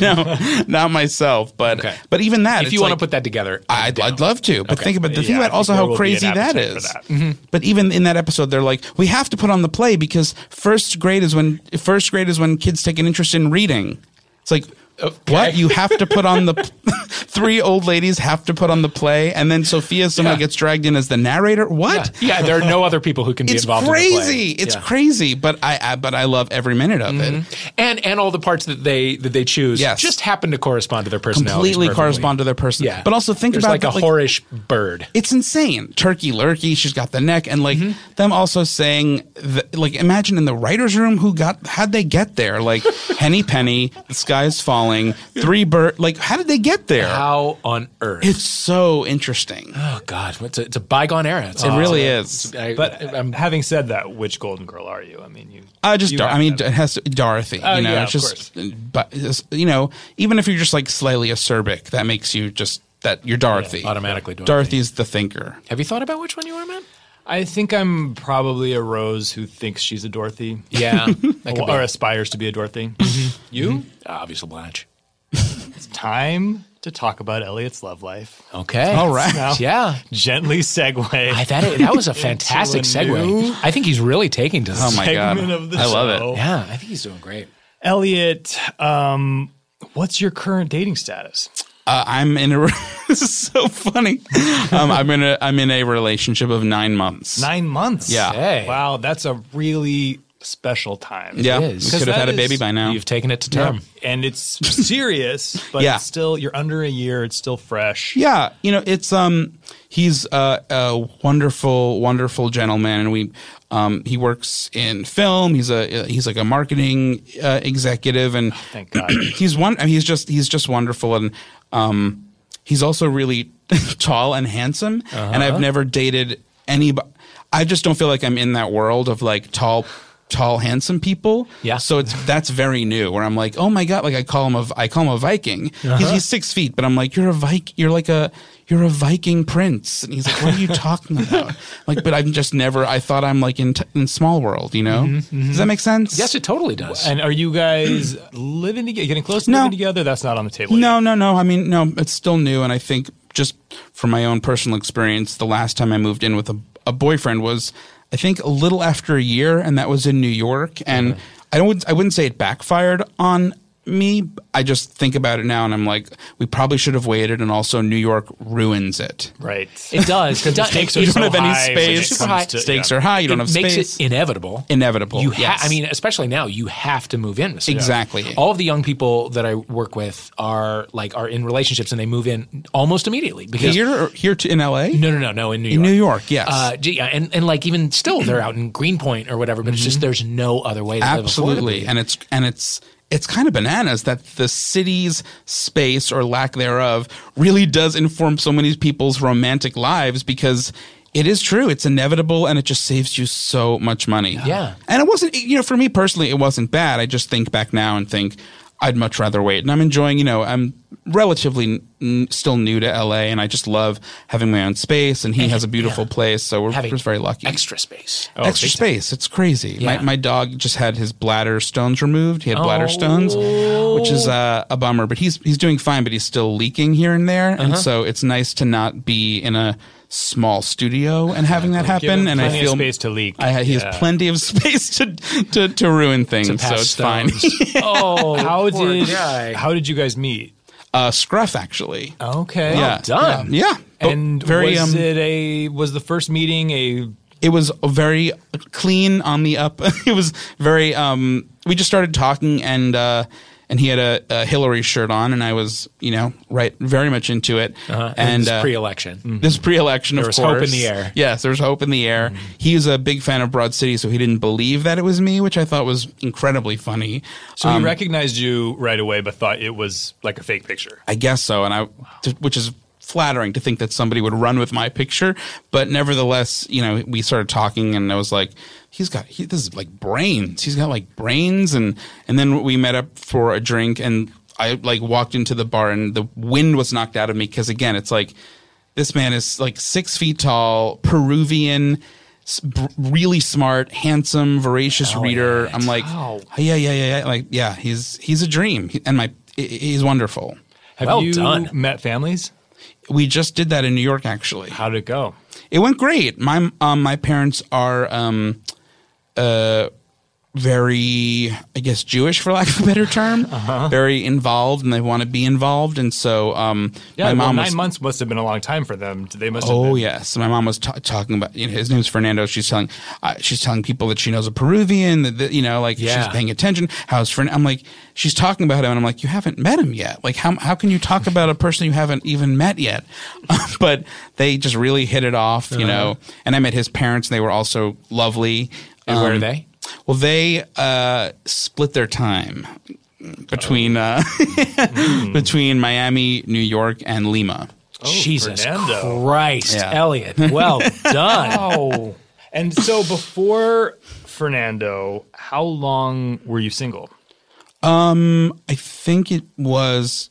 Speaker 3: no, not myself, but
Speaker 1: Okay.
Speaker 3: but even that.
Speaker 1: if you
Speaker 3: it's
Speaker 1: want
Speaker 3: like-
Speaker 1: to put that together,
Speaker 3: I'd, I'd love to, but think about the thing
Speaker 2: Yeah, I
Speaker 3: about
Speaker 2: think
Speaker 3: also
Speaker 2: there
Speaker 3: how
Speaker 2: will be
Speaker 3: crazy
Speaker 2: an
Speaker 3: that
Speaker 2: appetite for
Speaker 3: is. Mm-hmm.
Speaker 2: that.
Speaker 3: But even in that episode, they're like, we have to put on the play because first grade is when first grade is when kids take an interest in reading. It's like. uh, What you have to put on the three old ladies have to put on the play, and then Sophia somehow
Speaker 1: Yeah.
Speaker 3: gets dragged in as the narrator. What?
Speaker 1: yeah, there are no other people who can be
Speaker 3: It's
Speaker 1: involved. In the play.
Speaker 3: crazy. It's
Speaker 1: Yeah. Mm-hmm.
Speaker 3: crazy, but I, I but I love every minute of it.
Speaker 1: and and all the parts that they that they choose
Speaker 3: Yes.
Speaker 1: just happen to correspond to their personality.
Speaker 3: Completely correspond to their person.
Speaker 1: Yeah,
Speaker 3: But also think
Speaker 1: There's
Speaker 3: about
Speaker 1: like
Speaker 3: the-
Speaker 1: a whorish bird.
Speaker 3: it's insane. Turkey lurkey, she's got the neck, and like
Speaker 2: Mm-hmm.
Speaker 3: them also saying, th- like imagine in the writers' room who got how'd they get there? Like Henny Penny, the sky is falling, three bird. Like how did they get there?
Speaker 1: How on earth?
Speaker 3: It's so interesting.
Speaker 1: oh God, it's a, it's a bygone era. It's
Speaker 3: It
Speaker 1: a-
Speaker 3: really
Speaker 1: it's
Speaker 3: is.
Speaker 1: a- I-
Speaker 2: But
Speaker 1: I'm-
Speaker 2: having said that, which Golden Girl are you? I mean, you.
Speaker 3: Uh, just
Speaker 2: you
Speaker 3: Dar-
Speaker 2: have
Speaker 3: I mean,
Speaker 2: to-
Speaker 3: it has to, Dorothy.
Speaker 2: Oh,
Speaker 3: you know,
Speaker 2: yeah,
Speaker 3: it's
Speaker 2: of
Speaker 3: just, but it's- you know, even if you're just like slightly acerbic, that makes you just that you're Dorothy
Speaker 1: automatically Dorothy.
Speaker 3: Dorothy's the thinker.
Speaker 1: have you thought about which one you are, man?
Speaker 2: I think I'm probably a Rose who thinks she's a Dorothy,
Speaker 1: Yeah, that could
Speaker 2: or, or
Speaker 1: be.
Speaker 2: aspires to be a Dorothy. You?
Speaker 1: Ah, obviously Blanche.
Speaker 2: It's time to talk about Elliot's love life.
Speaker 1: Okay,
Speaker 3: All right.
Speaker 2: Now,
Speaker 1: yeah.
Speaker 2: Gently segue.
Speaker 1: I that that was a fantastic
Speaker 2: Into a new-
Speaker 1: segue. I think he's really taking to this.
Speaker 3: Oh my god,
Speaker 2: Segment of the
Speaker 3: I love
Speaker 2: show.
Speaker 3: it.
Speaker 1: Yeah, I think he's doing great.
Speaker 2: Elliot, um, what's your current dating status?
Speaker 3: Uh, I'm in a. this is so funny. Um, I'm in a. I'm in a relationship of nine months.
Speaker 2: Nine months.
Speaker 3: Yeah.
Speaker 1: Hey.
Speaker 2: Wow, that's a really special time.
Speaker 3: Yeah, we
Speaker 1: is.
Speaker 3: could have had a
Speaker 2: That
Speaker 3: baby
Speaker 2: is-
Speaker 3: by now.
Speaker 1: You've taken it to term.
Speaker 2: And it's serious, but
Speaker 3: Yeah.
Speaker 2: it's still you're under a year. It's still fresh.
Speaker 3: Yeah, you know, it's um, he's a, a wonderful, wonderful gentleman, and we, um, he works in film. He's a he's like a marketing uh, executive, and
Speaker 2: Thank God.
Speaker 3: he's one. I mean, he's just he's just wonderful, and um, he's also really tall and handsome. And
Speaker 1: Uh-huh.
Speaker 3: I've never dated anybody. I just don't feel like I'm in that world of like tall, tall, handsome people.
Speaker 1: Yeah.
Speaker 3: So it's that's very new. Where I'm like, oh my god, like I call him a I call him a Viking. He's,
Speaker 1: Uh-huh.
Speaker 3: he's six feet, but I'm like, you're a Viking. You're like a you're a Viking prince, and he's like, what are you talking about? like, but I've just never. I thought I'm like in t- in small world. You know? Does that make sense?
Speaker 1: Mm-hmm, Yes, it totally does.
Speaker 2: and are you guys living together? Getting close to
Speaker 3: No.
Speaker 2: living together? That's not on the table.
Speaker 3: No, no, no. I mean, no, it's still new. And I think just from my own personal experience, the last time I moved in with a, a boyfriend was, I think, a little after a year, and that was in New York. And I don't, I wouldn't say it backfired on me. I just think about it now and I'm like, we probably should have waited. And also, New York ruins it.
Speaker 2: Right.
Speaker 1: It does. It does.
Speaker 2: stakes
Speaker 1: it-
Speaker 2: are
Speaker 3: You
Speaker 1: it-
Speaker 2: so
Speaker 3: don't have any
Speaker 2: high when it
Speaker 3: space.
Speaker 1: Super high.
Speaker 2: comes to-
Speaker 3: Stakes
Speaker 2: yeah.
Speaker 3: are high. Ah, You don't
Speaker 1: it
Speaker 3: have
Speaker 1: makes
Speaker 3: space.
Speaker 1: it inevitable.
Speaker 3: Inevitable.
Speaker 1: You have.
Speaker 3: yes.
Speaker 1: I mean, especially now, you have to move in. with someone.
Speaker 3: Exactly.
Speaker 1: All of the young people that I work with are like are in relationships and they move in almost immediately because
Speaker 3: here, here to, in LA?
Speaker 1: no, no, no, no, in New York.
Speaker 3: In New York, yes.
Speaker 1: Uh, gee, yeah, and, and like even still, they're out in Greenpoint or whatever, but it's just there's no other way to live.
Speaker 3: Mm-hmm. Absolutely. And it's, and it's, it's kind of bananas that the city's space or lack thereof really does inform so many people's romantic lives because it is true. It's inevitable and it just saves you so much money.
Speaker 1: Yeah.
Speaker 3: And it wasn't, you know, for me personally, it wasn't bad. I just think back now and think I'd much rather wait. And I'm enjoying, you know, I'm relatively n- still new to LA and I just love having my own space and he has a beautiful place. So we're
Speaker 1: Having
Speaker 3: just very lucky. Oh,
Speaker 1: Extra space.
Speaker 3: extra
Speaker 2: Oh, big time.
Speaker 3: space. It's crazy.
Speaker 1: Yeah.
Speaker 3: My, my dog just had his bladder stones removed. He had bladder
Speaker 1: Oh.
Speaker 3: stones, which is uh, a bummer. But he's he's doing fine. But he's still leaking here and there, and
Speaker 2: Uh-huh.
Speaker 3: so it's nice to not be in a small studio and having that
Speaker 2: Give
Speaker 3: happen.
Speaker 2: him
Speaker 3: And I
Speaker 2: plenty of
Speaker 3: feel
Speaker 2: space to leak.
Speaker 3: I, he has
Speaker 2: Yeah.
Speaker 3: plenty of space to to, to ruin things, so it's fine.
Speaker 1: oh,
Speaker 2: How
Speaker 1: poor
Speaker 2: did
Speaker 1: guy.
Speaker 2: how did you guys meet?
Speaker 3: Uh, scruff actually.
Speaker 2: Okay.
Speaker 3: yeah,
Speaker 1: done.
Speaker 3: Yeah, But
Speaker 2: Oh,
Speaker 3: um,
Speaker 2: And was it a was the first meeting a
Speaker 3: it was very clean on the up. it was very. Um, we just started talking, and uh, and he had a, a Hillary shirt on, and I was, you know, right, very much into it. And
Speaker 1: It's
Speaker 3: uh,
Speaker 1: pre-election.
Speaker 3: this pre-election, of
Speaker 1: was
Speaker 3: course,
Speaker 1: hope in the air. Mm-hmm.
Speaker 3: Yes, there's hope in the air. He's a big fan of Broad City, so he didn't believe that it was me, which I thought was incredibly funny.
Speaker 2: so
Speaker 3: Um,
Speaker 2: he recognized you right away but thought it was like a fake picture.
Speaker 3: I guess so, and I, t- which is flattering to think that somebody would run with my picture. But nevertheless, you know, we started talking, and I was like, "He's got he, this is like brains. He's got like brains." And and then we met up for a drink, and I like walked into the bar, and the wind was knocked out of me because again, it's like this man is like six feet tall, Peruvian. s- br- Really smart, handsome, voracious reader. I'm like,
Speaker 2: Wow.
Speaker 3: yeah, yeah, yeah, yeah. Like, yeah, he's he's a dream, He- and my he- he's wonderful.
Speaker 2: Have
Speaker 1: Well
Speaker 2: you
Speaker 1: done.
Speaker 2: met families?
Speaker 3: We just did that in New York, actually.
Speaker 2: How did it go?
Speaker 3: It went great. My um, my parents are um, uh, very, I guess, Jewish, for lack of a better term,
Speaker 2: Uh-huh.
Speaker 3: very involved, and they want to be involved. And so, um,
Speaker 2: Yeah,
Speaker 3: my
Speaker 2: well,
Speaker 3: mom
Speaker 2: nine
Speaker 3: was.
Speaker 2: months must have been a long time for them. They must have
Speaker 3: Oh
Speaker 2: been
Speaker 3: yes, my mom was ta talking about. You know, his name's Fernando. She's telling, uh, she's telling people that she knows a Peruvian. That, that you know, like
Speaker 1: Yeah.
Speaker 3: she's paying attention. How's Fern? I'm like, she's talking about him, and I'm like, you haven't met him yet. Like, how how can you talk about a person you haven't even met yet? but they just really hit it off,
Speaker 1: Uh-huh.
Speaker 3: you know. And I met his parents, and they were also lovely.
Speaker 1: And where
Speaker 3: Um,
Speaker 1: are they?
Speaker 3: Well, they uh, split their time between uh,
Speaker 1: Mm.
Speaker 3: between Miami, New York, and Lima.
Speaker 1: oh, Jesus
Speaker 2: Fernando.
Speaker 1: Christ,
Speaker 3: Yeah.
Speaker 1: Elliot. Well done.
Speaker 2: Oh. and so before Fernando, how long were you single?
Speaker 3: I think it was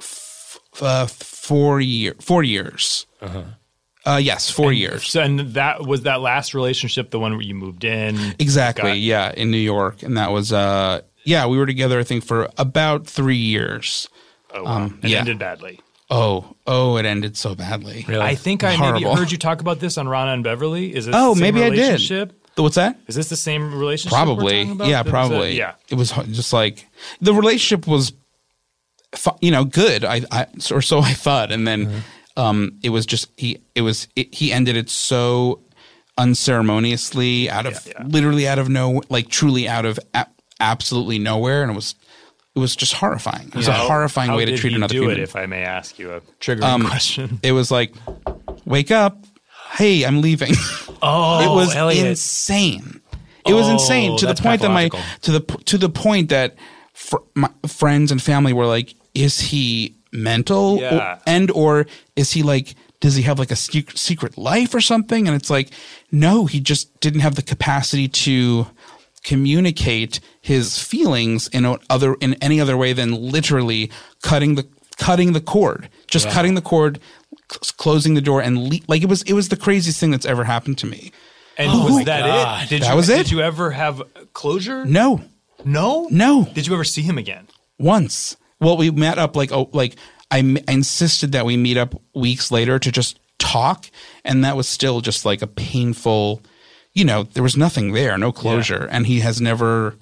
Speaker 3: f- uh, four year four years. Uh-huh. yes, four years
Speaker 2: So and that was that last relationship, the one where you moved in.
Speaker 3: exactly.
Speaker 2: Got-
Speaker 3: yeah, in New York, and that was uh, yeah, we were together. I think for about three years.
Speaker 2: Oh, wow. and
Speaker 3: um, yeah.
Speaker 2: ended badly.
Speaker 3: Oh, oh, it ended so badly.
Speaker 1: Really?
Speaker 2: I think I
Speaker 3: Horrible.
Speaker 2: maybe heard you talk about this on Rana and Beverly. Is this the
Speaker 3: Oh,
Speaker 2: same
Speaker 3: maybe I did.
Speaker 2: relationship?
Speaker 3: What's that?
Speaker 2: Is this the same relationship? we're
Speaker 3: Probably,
Speaker 2: talking about?
Speaker 3: yeah,
Speaker 2: That was
Speaker 3: probably.
Speaker 2: it? yeah.
Speaker 3: it was ho- just like the relationship was, fu- you know, good. I, I or so I thought, and then
Speaker 2: Mm-hmm.
Speaker 3: um, it was just he. It was it, he ended it so unceremoniously, out of
Speaker 2: Yeah, yeah.
Speaker 3: literally out of no, like truly out of a- absolutely nowhere, and it was it was just horrifying. It was a
Speaker 2: How-
Speaker 3: horrifying
Speaker 2: how
Speaker 3: way to
Speaker 2: did
Speaker 3: treat
Speaker 2: he
Speaker 3: another
Speaker 2: do
Speaker 3: human. Um,
Speaker 2: it, if I may ask you a triggering question.
Speaker 3: it was like, wake up, hey, I'm leaving.
Speaker 1: oh,
Speaker 3: it was
Speaker 1: Elliot.
Speaker 3: insane. It was
Speaker 1: Oh,
Speaker 3: insane to the
Speaker 1: that's
Speaker 3: point that my
Speaker 1: pathological.
Speaker 3: to the to the point that fr- my friends and family were like, "Is he mental? Or-
Speaker 2: Yeah.
Speaker 3: and or is he like?" Does he have like a sec- secret life or something? And it's like, no, he just didn't have the capacity to communicate his feelings in a- other in any other way than literally cutting the cutting the cord, just cutting the cord, cl- closing the door, and le- like it was it was the craziest thing that's ever happened to me.
Speaker 2: And
Speaker 1: my
Speaker 2: was that
Speaker 1: God.
Speaker 2: it? Did
Speaker 3: Oh That
Speaker 2: you,
Speaker 3: was it?
Speaker 2: Did you ever have closure?
Speaker 3: No,
Speaker 2: No?
Speaker 3: No.
Speaker 2: Did you ever see him again?
Speaker 3: once. Well, we met up like oh, like I, m- I insisted that we meet up weeks later to just talk, and that was still just like a painful. You know, there was nothing there, no closure, and he has never.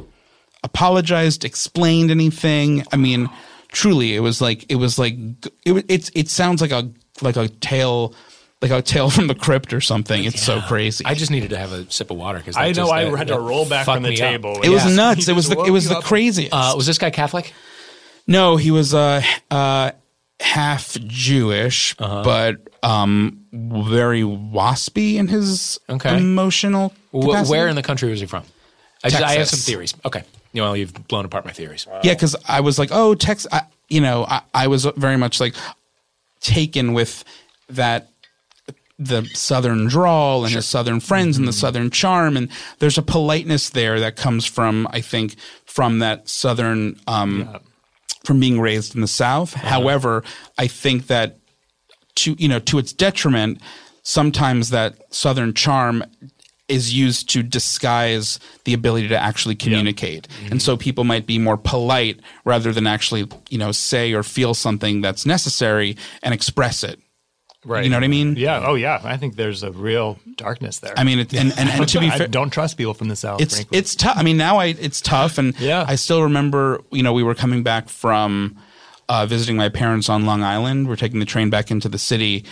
Speaker 3: apologized, explained anything. I mean, truly, it was like it was like it. wa- It's it sounds like a like a tale, like a tale from the crypt or something. It's so crazy.
Speaker 1: I just needed to have a sip of water because
Speaker 2: I know I had to roll back from the table.
Speaker 3: it was
Speaker 1: yeah.
Speaker 3: nuts.
Speaker 2: He
Speaker 3: It was
Speaker 2: just
Speaker 3: the it
Speaker 2: woke
Speaker 3: was
Speaker 2: you
Speaker 3: the
Speaker 2: up.
Speaker 3: craziest.
Speaker 1: Uh, was this guy Catholic?
Speaker 3: No, he was uh, uh, half Jewish,
Speaker 1: Uh-huh.
Speaker 3: but um, very waspy in his
Speaker 1: Okay.
Speaker 3: emotional.
Speaker 1: Wh-
Speaker 3: capacity.
Speaker 1: where in the country was he from? I, just, I have some
Speaker 3: Texas.
Speaker 1: theories. Okay. You know, you've blown apart my theories.
Speaker 3: Yeah, because I was like, oh, Texas. I, you know, I, I was very much like taken with that the southern drawl and his southern friends and the southern charm and there's a politeness there that comes from i think from that southern um from being raised in the south however i think that to you know to its detriment sometimes that southern charm is used to disguise the ability to actually communicate and so people might be more polite rather than actually you know say or feel something that's necessary and express it
Speaker 2: Right.
Speaker 3: you know what i mean
Speaker 2: Yeah. Oh, yeah. I think there's a real darkness there.
Speaker 3: i mean it, and, and and to be
Speaker 2: I
Speaker 3: fair
Speaker 2: don't trust people from the south.
Speaker 3: it's
Speaker 2: frankly.
Speaker 3: it's tough. I mean, now I it's tough, and
Speaker 2: Yeah.
Speaker 3: I still remember. You know, we were coming back from uh, visiting my parents on Long Island. We're taking the train back into the city,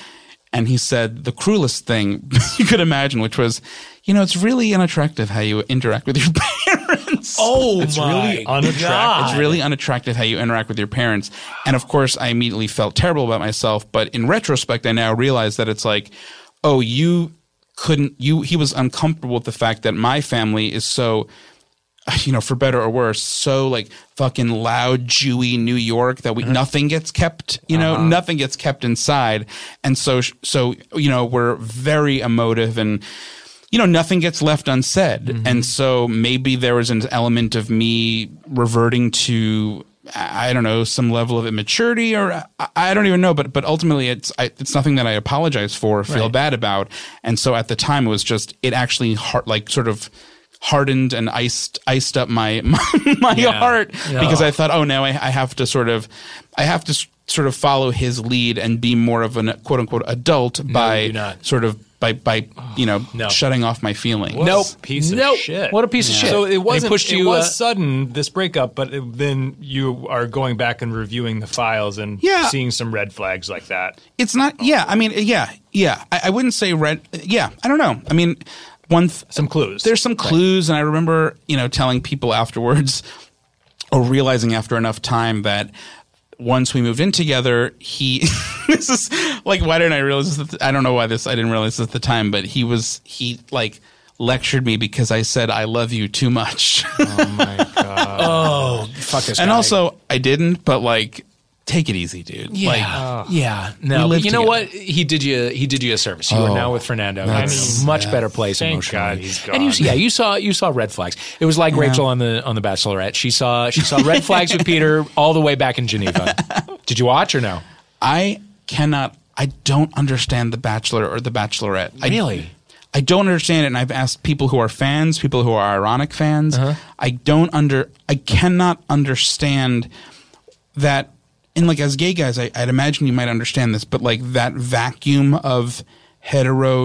Speaker 3: and he said the cruelest thing you could imagine, which was, you know, it's really unattractive how you interact with your parents.
Speaker 1: Oh,
Speaker 2: It's really unattractive.
Speaker 1: God.
Speaker 3: It's really unattractive how you interact with your parents. And of course, I immediately felt terrible about myself. But in retrospect, I now realize that it's like, oh, you couldn't, you, he was uncomfortable with the fact that my family is so, you know, for better or worse, so like fucking loud, Jewy New York that we, nothing gets kept, you know, nothing gets kept inside. And so, so, you know, we're very emotive and, you know, nothing gets left unsaid. And so maybe there was an element of me reverting to, I I don't know, some level of immaturity or I, I don't even know. But, but ultimately it's, I, it's nothing that I apologize for or feel bad about. And so at the time it was just, it actually heart, like sort of hardened and iced, iced up my, my, my
Speaker 1: Yeah.
Speaker 3: heart
Speaker 1: Yeah.
Speaker 3: because I thought, oh, now I, I have to sort of, I have to s- sort of follow his lead and be more of an quote unquote adult
Speaker 1: you do
Speaker 3: by
Speaker 1: not.
Speaker 3: sort of by by you know
Speaker 1: No.
Speaker 3: shutting off my feelings.
Speaker 1: Nope.
Speaker 2: Piece of
Speaker 1: nope.
Speaker 2: shit.
Speaker 1: What a piece of shit.
Speaker 2: So it
Speaker 1: And
Speaker 2: wasn't.
Speaker 1: pushed you.
Speaker 2: it was
Speaker 1: uh,
Speaker 2: sudden this breakup, but it- then you are going back and reviewing the files and
Speaker 3: Yeah.
Speaker 2: seeing some red flags like that.
Speaker 3: it's not. Yeah, I mean, yeah, yeah. I, I wouldn't say red. Yeah, I don't know. I mean, one. Th-
Speaker 2: Some clues.
Speaker 3: there's some clues, and I remember you know telling people afterwards, or realizing after enough time that once we moved in together, he. this is like why didn't I realize this? At the, I don't know why this. I didn't realize this at the time, but he was he like lectured me because I said I love you too much.
Speaker 1: oh, fuck this
Speaker 3: and
Speaker 1: guy.
Speaker 3: also I didn't, but like take it easy, dude.
Speaker 1: Yeah,
Speaker 3: Like
Speaker 1: yeah. No,
Speaker 3: live
Speaker 1: but you know
Speaker 3: together.
Speaker 1: what? He did you. He did you a service. You are now with Fernando. I
Speaker 2: that's-
Speaker 1: mean, much better place
Speaker 2: Thank
Speaker 1: emotionally.
Speaker 2: God he's
Speaker 1: And you,
Speaker 2: gone.
Speaker 1: yeah, you saw you saw red flags. It was like Rachel on the on the Bachelorette. She saw she saw red flags with Peter all the way back in Geneva. did you watch or no?
Speaker 3: I cannot I don't understand The Bachelor or The Bachelorette. I-
Speaker 1: Really?
Speaker 3: I don't understand it and I've asked people who are fans, people who are ironic fans. I don't under I cannot understand that and like as gay guys I, I'd imagine you might understand this, but like that vacuum of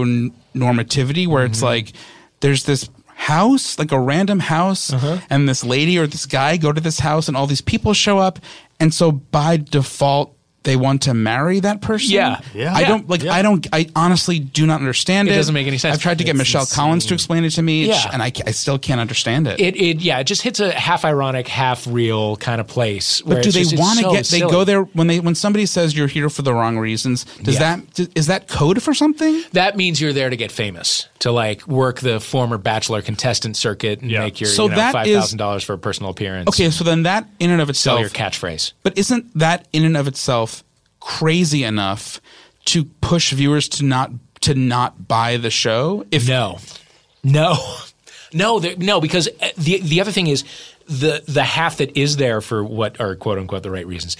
Speaker 3: heteronormativity where
Speaker 1: Mm-hmm.
Speaker 3: it's like there's this house, like a random house,
Speaker 1: Uh-huh.
Speaker 3: and this lady or this guy go to this house and all these people show up and so by default they want to marry that person.
Speaker 1: Yeah.
Speaker 2: Yeah.
Speaker 3: I don't like.
Speaker 2: Yeah.
Speaker 3: I don't. I honestly do not understand it.
Speaker 1: It doesn't make any sense.
Speaker 3: I've tried to get
Speaker 1: It's
Speaker 3: Michelle Collins to explain it to me,
Speaker 1: Yeah.
Speaker 3: and I, ca- I still can't understand it.
Speaker 1: It, it yeah, it just hits a half ironic, half real kind of place. Where
Speaker 3: but do
Speaker 1: it's
Speaker 3: they
Speaker 1: just- it's
Speaker 3: want to
Speaker 1: so
Speaker 3: get? They
Speaker 1: silly.
Speaker 3: go there when they when somebody says you're here for the wrong reasons. Does
Speaker 1: Yeah.
Speaker 3: that d- is that code for something?
Speaker 1: That means you're there to get famous, to like work the former Bachelor contestant circuit and
Speaker 2: Yeah.
Speaker 1: make your
Speaker 3: So
Speaker 1: you know,
Speaker 3: that
Speaker 1: five
Speaker 3: is-
Speaker 1: thousand dollars for a personal appearance.
Speaker 3: Okay, so then that in and of
Speaker 1: sell
Speaker 3: itself,
Speaker 1: your catchphrase.
Speaker 3: but isn't that in and of itself crazy enough to push viewers to not to not buy the show? If
Speaker 1: No, no, no, there, no. Because uh, the the other thing is the the half that is there for what are quote unquote the right reasons.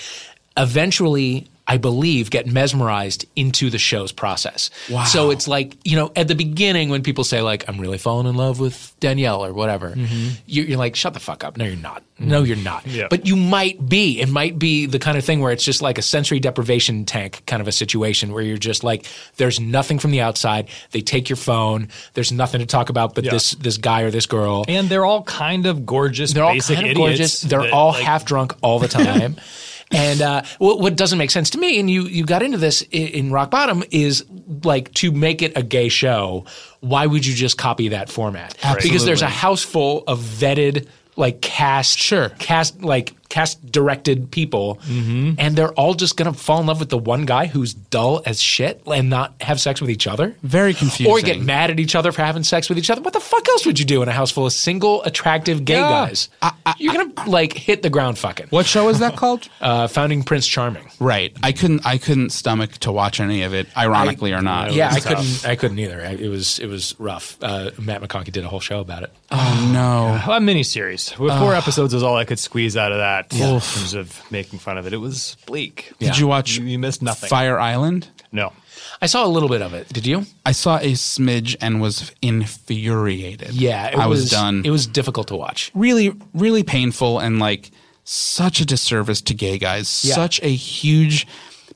Speaker 1: Eventually, I believe, get mesmerized into the show's process. Wow. So it's like, you know, at the beginning when people say, like, I'm really falling in love with Danielle or whatever, you, you're like, shut the fuck up. No, you're not. No, you're not.
Speaker 2: Yeah.
Speaker 1: But you might be. It might be the kind of thing where it's just like a sensory deprivation tank kind of a situation where you're just like, there's nothing from the outside. They take your phone. There's nothing to talk about but
Speaker 2: Yeah.
Speaker 1: this this guy or this girl.
Speaker 2: And they're all kind of gorgeous.
Speaker 1: They're all
Speaker 2: basic
Speaker 1: kind of
Speaker 2: idiots
Speaker 1: gorgeous. They're
Speaker 2: that,
Speaker 1: all
Speaker 2: like,
Speaker 1: half drunk all the time. and uh, what, what doesn't make sense to me, and you you got into this in, in Rock Bottom, is like to make it a gay show. Why would you just copy that format? Because there's a house full of vetted like cast
Speaker 3: Sure.
Speaker 1: cast like cast directed people and they're all just gonna fall in love with the one guy who's dull as shit and not have sex with each other
Speaker 3: Very
Speaker 1: or get
Speaker 3: confusing.
Speaker 1: mad at each other for having sex with each other. What the fuck else would you do in a house full of single, attractive gay guys? You're gonna like hit the ground fucking.
Speaker 3: What show is that called?
Speaker 1: Uh, founding Prince Charming.
Speaker 3: right. I couldn't. I couldn't stomach to watch any of it, ironically or not.
Speaker 1: yeah, I
Speaker 2: was tough.
Speaker 1: couldn't. I couldn't either. I, it was it was rough. Uh, Matt McConkie did a whole show about it.
Speaker 3: Oh no.
Speaker 2: a miniseries. With four episodes was all I could squeeze out of that in terms of making fun of it. It was bleak.
Speaker 3: Did you watch?
Speaker 2: You, you missed nothing.
Speaker 3: Fire Island.
Speaker 2: No.
Speaker 1: I saw a little bit of it. Did you?
Speaker 3: I saw a smidge and was infuriated.
Speaker 1: Yeah, it
Speaker 3: I was, done.
Speaker 1: It was difficult to watch.
Speaker 3: really, really painful and like such a disservice to gay guys.
Speaker 1: Yeah.
Speaker 3: Such a huge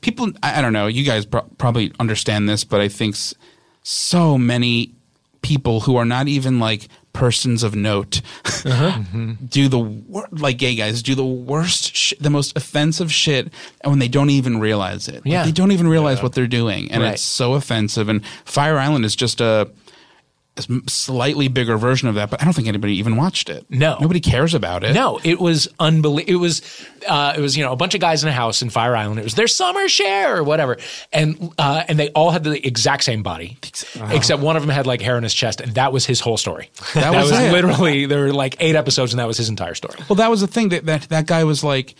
Speaker 3: people. I, I don't know. You guys pro- probably understand this, but I think s- so many people who are not even like persons of note
Speaker 1: Uh-huh. Mm-hmm.
Speaker 3: do the wor- like gay guys do the worst, sh- the most offensive shit, and when they don't even realize it, Like,
Speaker 1: Yeah.
Speaker 3: they don't even realize what they're doing, and
Speaker 1: Right.
Speaker 3: it's so offensive. And Fire Island is just a a slightly bigger version of that, but I don't think anybody even watched it.
Speaker 1: No.
Speaker 3: nobody cares about it.
Speaker 1: No, it was unbelievable. It was, uh, it was you know a bunch of guys in a house in Fire Island. It was their summer share or whatever, and uh, and they all had the exact same body,
Speaker 3: uh-huh.
Speaker 1: except one of them had like hair on his chest, and that was his whole story. That,
Speaker 3: was it.
Speaker 1: literally there were like eight episodes, and that was his entire story.
Speaker 3: Well, that was the thing that that that guy was like.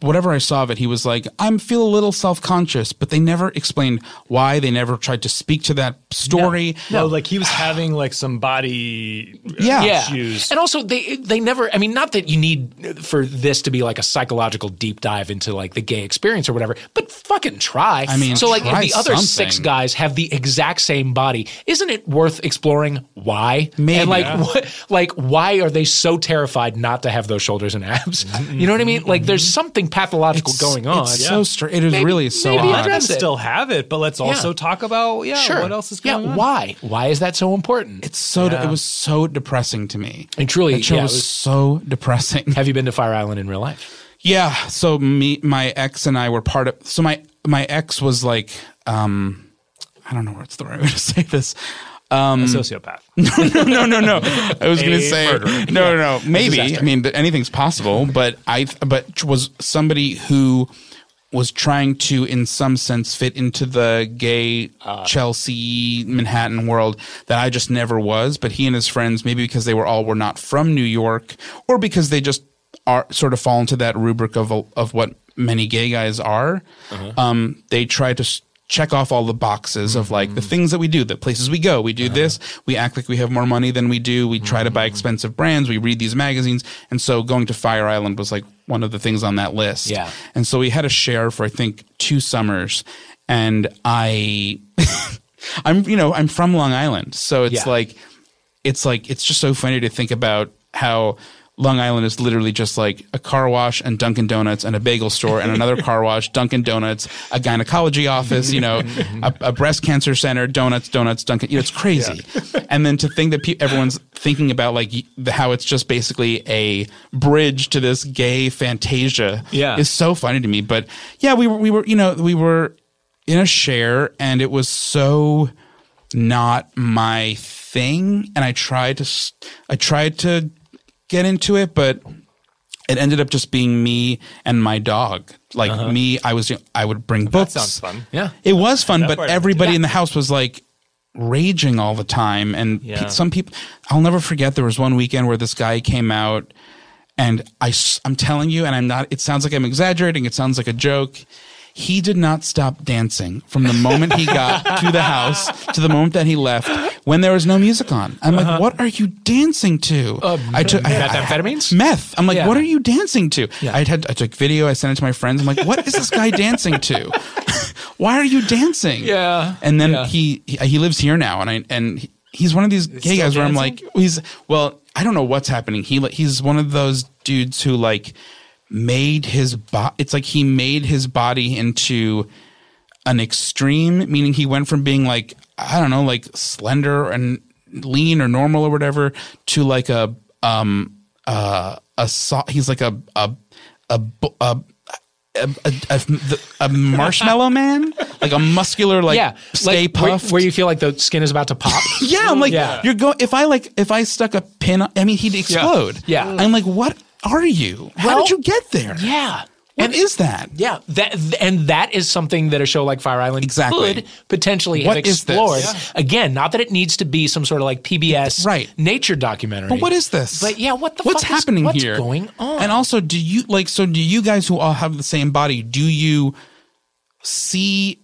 Speaker 3: Whatever I saw of it, he was like, "I'm feel a little self conscious," but they never explained why. They never tried to speak to that story.
Speaker 2: No, like he was having like some body uh,
Speaker 3: Yeah.
Speaker 1: yeah.
Speaker 2: issues.
Speaker 1: And also, they they never. I mean, not that you need for this to be like a psychological deep dive into like the gay experience or whatever, but fucking try. I
Speaker 3: mean,
Speaker 1: so like if
Speaker 3: try
Speaker 1: the other six
Speaker 3: something.
Speaker 1: guys have the exact same body, isn't it worth exploring why?
Speaker 3: Maybe.
Speaker 1: And like,
Speaker 3: Yeah.
Speaker 1: what, like why are they so terrified not to have those shoulders and abs? You know what I mean? Like, there's something pathological going on.
Speaker 3: It's uh, so str- It is
Speaker 1: Maybe-
Speaker 3: really so
Speaker 1: maybe
Speaker 2: I'd
Speaker 3: odd.
Speaker 2: rather
Speaker 1: address it.
Speaker 2: still have it, but let's also talk about yeah,
Speaker 1: Sure.
Speaker 2: what else is
Speaker 1: yeah,
Speaker 2: going on?
Speaker 1: Why? Why is that so important?
Speaker 3: It's so de- it was so depressing to me.
Speaker 1: And truly,
Speaker 3: That show
Speaker 1: yeah, it
Speaker 3: was,
Speaker 1: was-
Speaker 3: so depressing.
Speaker 1: have you been to Fire Island in real life?
Speaker 3: Yeah. So me, my ex and I were part of. So my my ex was like, um, I don't know what's the right way to say this.
Speaker 2: A sociopath.
Speaker 3: no, no, no, no. I was going to say
Speaker 2: murderer.
Speaker 3: no, no, no. Maybe. I mean, th- anything's possible. But I, but tr- was somebody who was trying to, in some sense, fit into the gay Chelsea Manhattan world that I just never was. But he and his friends, maybe because they were all were not from New York, or because they just are sort of fall into that rubric of a- of what many gay guys are. Um, they try to. s- Check off all the boxes of like the things that we do, the places we go. We do this. We act like we have more money than we do. We try to buy expensive brands. We read these magazines. And so going to Fire Island was like one of the things on that list.
Speaker 1: Yeah.
Speaker 3: And so we had a share for I think two summers, and I, I'm you know I'm from Long Island, so it's
Speaker 1: Yeah.
Speaker 3: like, it's like it's just so funny to think about how Long Island is literally just like a car wash and Dunkin' Donuts and a bagel store and another car wash, Dunkin' Donuts, a gynecology office, you know, a, a breast cancer center, donuts, donuts, Dunkin'. You know, it's crazy. And then to think that pe- everyone's thinking about like y- the- how it's just basically a bridge to this gay fantasia
Speaker 2: Yeah.
Speaker 3: is so funny to me. But yeah, we were we were you know we were in a share, and it was so not my thing. And I tried to s- I tried to get into it, but it ended up just being me and my dog. Like me, I was I would bring books.
Speaker 2: Uh-huh. sounds fun.
Speaker 1: Yeah.
Speaker 3: it was fun,
Speaker 2: part
Speaker 3: but
Speaker 2: I would do.
Speaker 3: everybody in the house was like raging all the time and pe-
Speaker 2: Yeah.
Speaker 3: some people I'll never forget there was one weekend where this guy came out and I am telling you and I'm not it sounds like I'm exaggerating it sounds like a joke he did not stop dancing from the moment he got to the house to the moment that he left when there was no music on. I'm
Speaker 2: Uh-huh.
Speaker 3: like, what are you dancing to? I took I-
Speaker 1: methamphetamines?
Speaker 3: I- meth. I'm like,
Speaker 1: Yeah.
Speaker 3: what are you dancing to?
Speaker 1: Yeah.
Speaker 3: I had I took video. I sent it to my friends. I'm like, what is this guy dancing to? Why are you dancing?
Speaker 1: Yeah.
Speaker 3: And then
Speaker 1: Yeah.
Speaker 3: he, he he lives here now, and I and he- he's one of these gay
Speaker 2: still
Speaker 3: guys where I'm like,
Speaker 2: dancing?
Speaker 3: he's well, I don't know what's happening. He like, he's one of those dudes who like made his body. It's like he made his body into an extreme, meaning he went from being like I don't know, like slender and lean or normal or whatever, to like a um uh a so- he's like a a a. bu- a a, a, a, the- a marshmallow man, like a muscular, like
Speaker 1: yeah,
Speaker 3: stay
Speaker 1: like, where,
Speaker 3: puffed,
Speaker 1: where you feel like the skin is about to pop.
Speaker 3: yeah, I'm like,
Speaker 1: Yeah.
Speaker 3: you're going. If I like, if I stuck a pin, I mean, he'd explode.
Speaker 1: Yeah.
Speaker 3: I'm like, what are you? How
Speaker 1: Well,
Speaker 3: did you get there?
Speaker 1: yeah,
Speaker 3: What is that?
Speaker 1: yeah, that and that is something that a show like Fire Island
Speaker 3: Exactly.
Speaker 1: could potentially have
Speaker 3: What is this?
Speaker 1: explored.
Speaker 3: Yeah.
Speaker 1: Again, not that it needs to be some sort of like PBS
Speaker 3: Right.
Speaker 1: nature documentary.
Speaker 3: But what is this?
Speaker 1: But yeah, what the
Speaker 3: what's
Speaker 1: fuck is-
Speaker 3: happening
Speaker 1: what's
Speaker 3: here?
Speaker 1: going on?
Speaker 3: And also, do you like? So, do you guys who all have the same body? Do you see?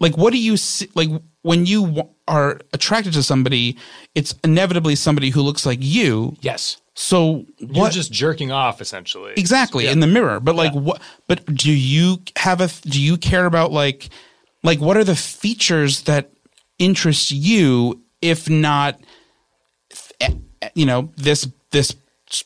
Speaker 3: Like, what do you see? Like, when you w- are attracted to somebody, it's inevitably somebody who looks like you.
Speaker 1: Yes.
Speaker 3: So,
Speaker 2: You're
Speaker 3: what?
Speaker 2: just jerking off essentially.
Speaker 3: exactly in the mirror but like what but do you have a do you care about like like what are the features that interest you if not eh, eh, you know this this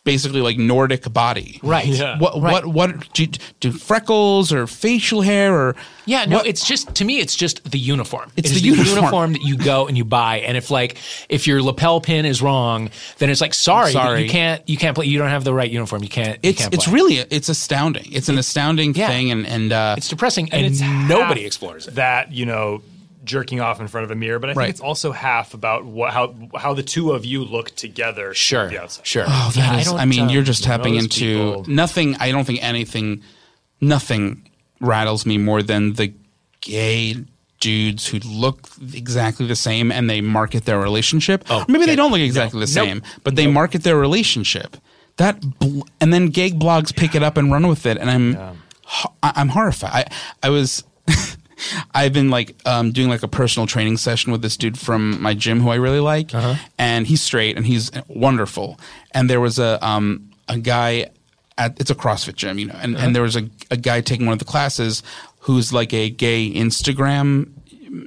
Speaker 3: basically like nordic body
Speaker 1: Right.
Speaker 2: Yeah.
Speaker 3: what what what do, do freckles or facial hair or
Speaker 1: Yeah, no,
Speaker 3: what-
Speaker 1: it's just to me, it's just the uniform.
Speaker 3: It's
Speaker 1: It is
Speaker 3: the uniform.
Speaker 1: that you go and you buy, and if like if your lapel pin is wrong, then it's like sorry, but
Speaker 3: Sorry.
Speaker 1: you can't you can't play. You don't have the right uniform. You can't. you
Speaker 3: it's
Speaker 1: can't
Speaker 3: it's
Speaker 1: play.
Speaker 3: really it's astounding it's an astounding
Speaker 1: yeah.
Speaker 3: thing and and uh
Speaker 1: it's depressing, and,
Speaker 2: it's
Speaker 1: nobody
Speaker 2: half
Speaker 1: explores it.
Speaker 2: That you know, jerking off in front of a mirror, but I think
Speaker 3: Right.
Speaker 2: it's also half about what, how how the two of you look together.
Speaker 1: Sure,
Speaker 2: from the outside.
Speaker 1: sure.
Speaker 3: Oh,
Speaker 1: Yeah,
Speaker 3: that is. I,
Speaker 1: don't,
Speaker 3: mean,
Speaker 1: uh,
Speaker 3: you're just tapping
Speaker 2: those
Speaker 3: into
Speaker 2: people-
Speaker 3: nothing. I don't think anything, nothing rattles me more than the gay dudes who look exactly the same and they market their relationship. Maybe they don't look exactly the same, but they market their relationship. That bl- and then gay blogs pick it up and run with it, and I'm, ho- I- I'm horrified. I, I was. I've been like um, doing like a personal training session with this dude from my gym who I really like, and he's straight and he's wonderful. And there was a um, a guy at it's a CrossFit gym, you know, and, and there was a, a guy taking one of the classes who's like a gay Instagram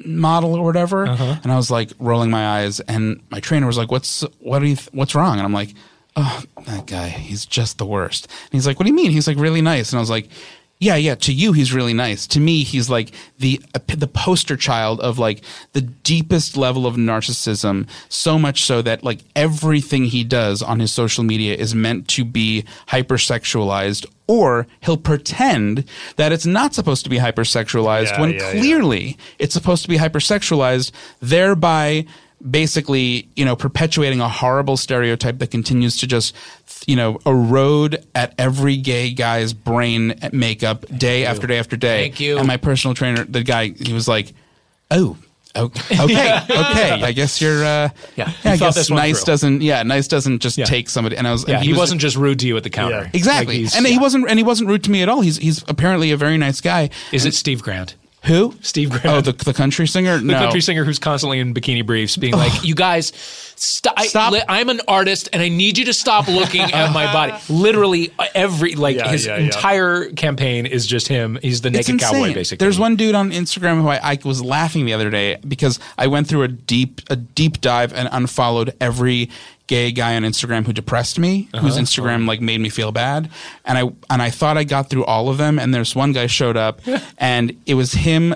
Speaker 3: model or whatever,
Speaker 2: Uh-huh.
Speaker 3: and I was like rolling my eyes, and my trainer was like, "What's what do you th- what's wrong?" And I'm like, "Oh, that guy, he's just the worst." And he's like, "What do you mean?" He's like really nice, and I was like. Yeah, yeah. To you, he's really nice. To me, he's like the the poster child of like the deepest level of narcissism. So much so that like everything he does on his social media is meant to be hypersexualized, or he'll pretend that it's not supposed to be hypersexualized
Speaker 2: Yeah,
Speaker 3: when
Speaker 2: yeah, yeah.
Speaker 3: clearly it's supposed to be hypersexualized, thereby basically you know perpetuating a horrible stereotype that continues to just you know erode at every gay guy's brain makeup day after day after day.
Speaker 1: Thank you.
Speaker 3: And my personal trainer, the guy, he was like, "Oh." o- Okay. Okay. I guess you're. Uh,
Speaker 1: Yeah,
Speaker 3: yeah.
Speaker 1: you
Speaker 3: I
Speaker 1: thought
Speaker 3: guess
Speaker 1: this one
Speaker 3: nice
Speaker 1: through.
Speaker 3: doesn't. Yeah. Nice doesn't just take somebody. And I was. and
Speaker 1: Yeah, he,
Speaker 3: was-
Speaker 1: was, not just rude to you at the counter.
Speaker 2: Yeah.
Speaker 1: Like,
Speaker 3: exactly.
Speaker 1: he's-
Speaker 3: and he
Speaker 1: yeah.
Speaker 3: wasn't. And he wasn't rude to me at all. He's. He's apparently a very nice guy.
Speaker 1: Is it Steve Grant?
Speaker 3: Who?
Speaker 1: Steve Grant.
Speaker 3: Oh, the, the country singer?
Speaker 1: The
Speaker 3: no. Oh.
Speaker 1: country singer who's constantly in bikini briefs, being like, "You guys, st- I,
Speaker 3: Stop.
Speaker 1: li- I'm an artist, and I need you to stop looking at my body." Literally, uh, every like
Speaker 2: Yeah,
Speaker 1: his
Speaker 2: yeah, yeah.
Speaker 1: entire campaign is just him. He's the
Speaker 3: It's
Speaker 1: naked cowboy,
Speaker 3: insane.
Speaker 1: basically.
Speaker 3: There's one dude on Instagram who I, I was laughing the other day because I went through a deep a deep dive and unfollowed every gay guy on Instagram who depressed me,
Speaker 1: Uh-huh.
Speaker 3: whose Instagram like made me feel bad. And I and I thought I got through all of them and there's one guy showed up and it was him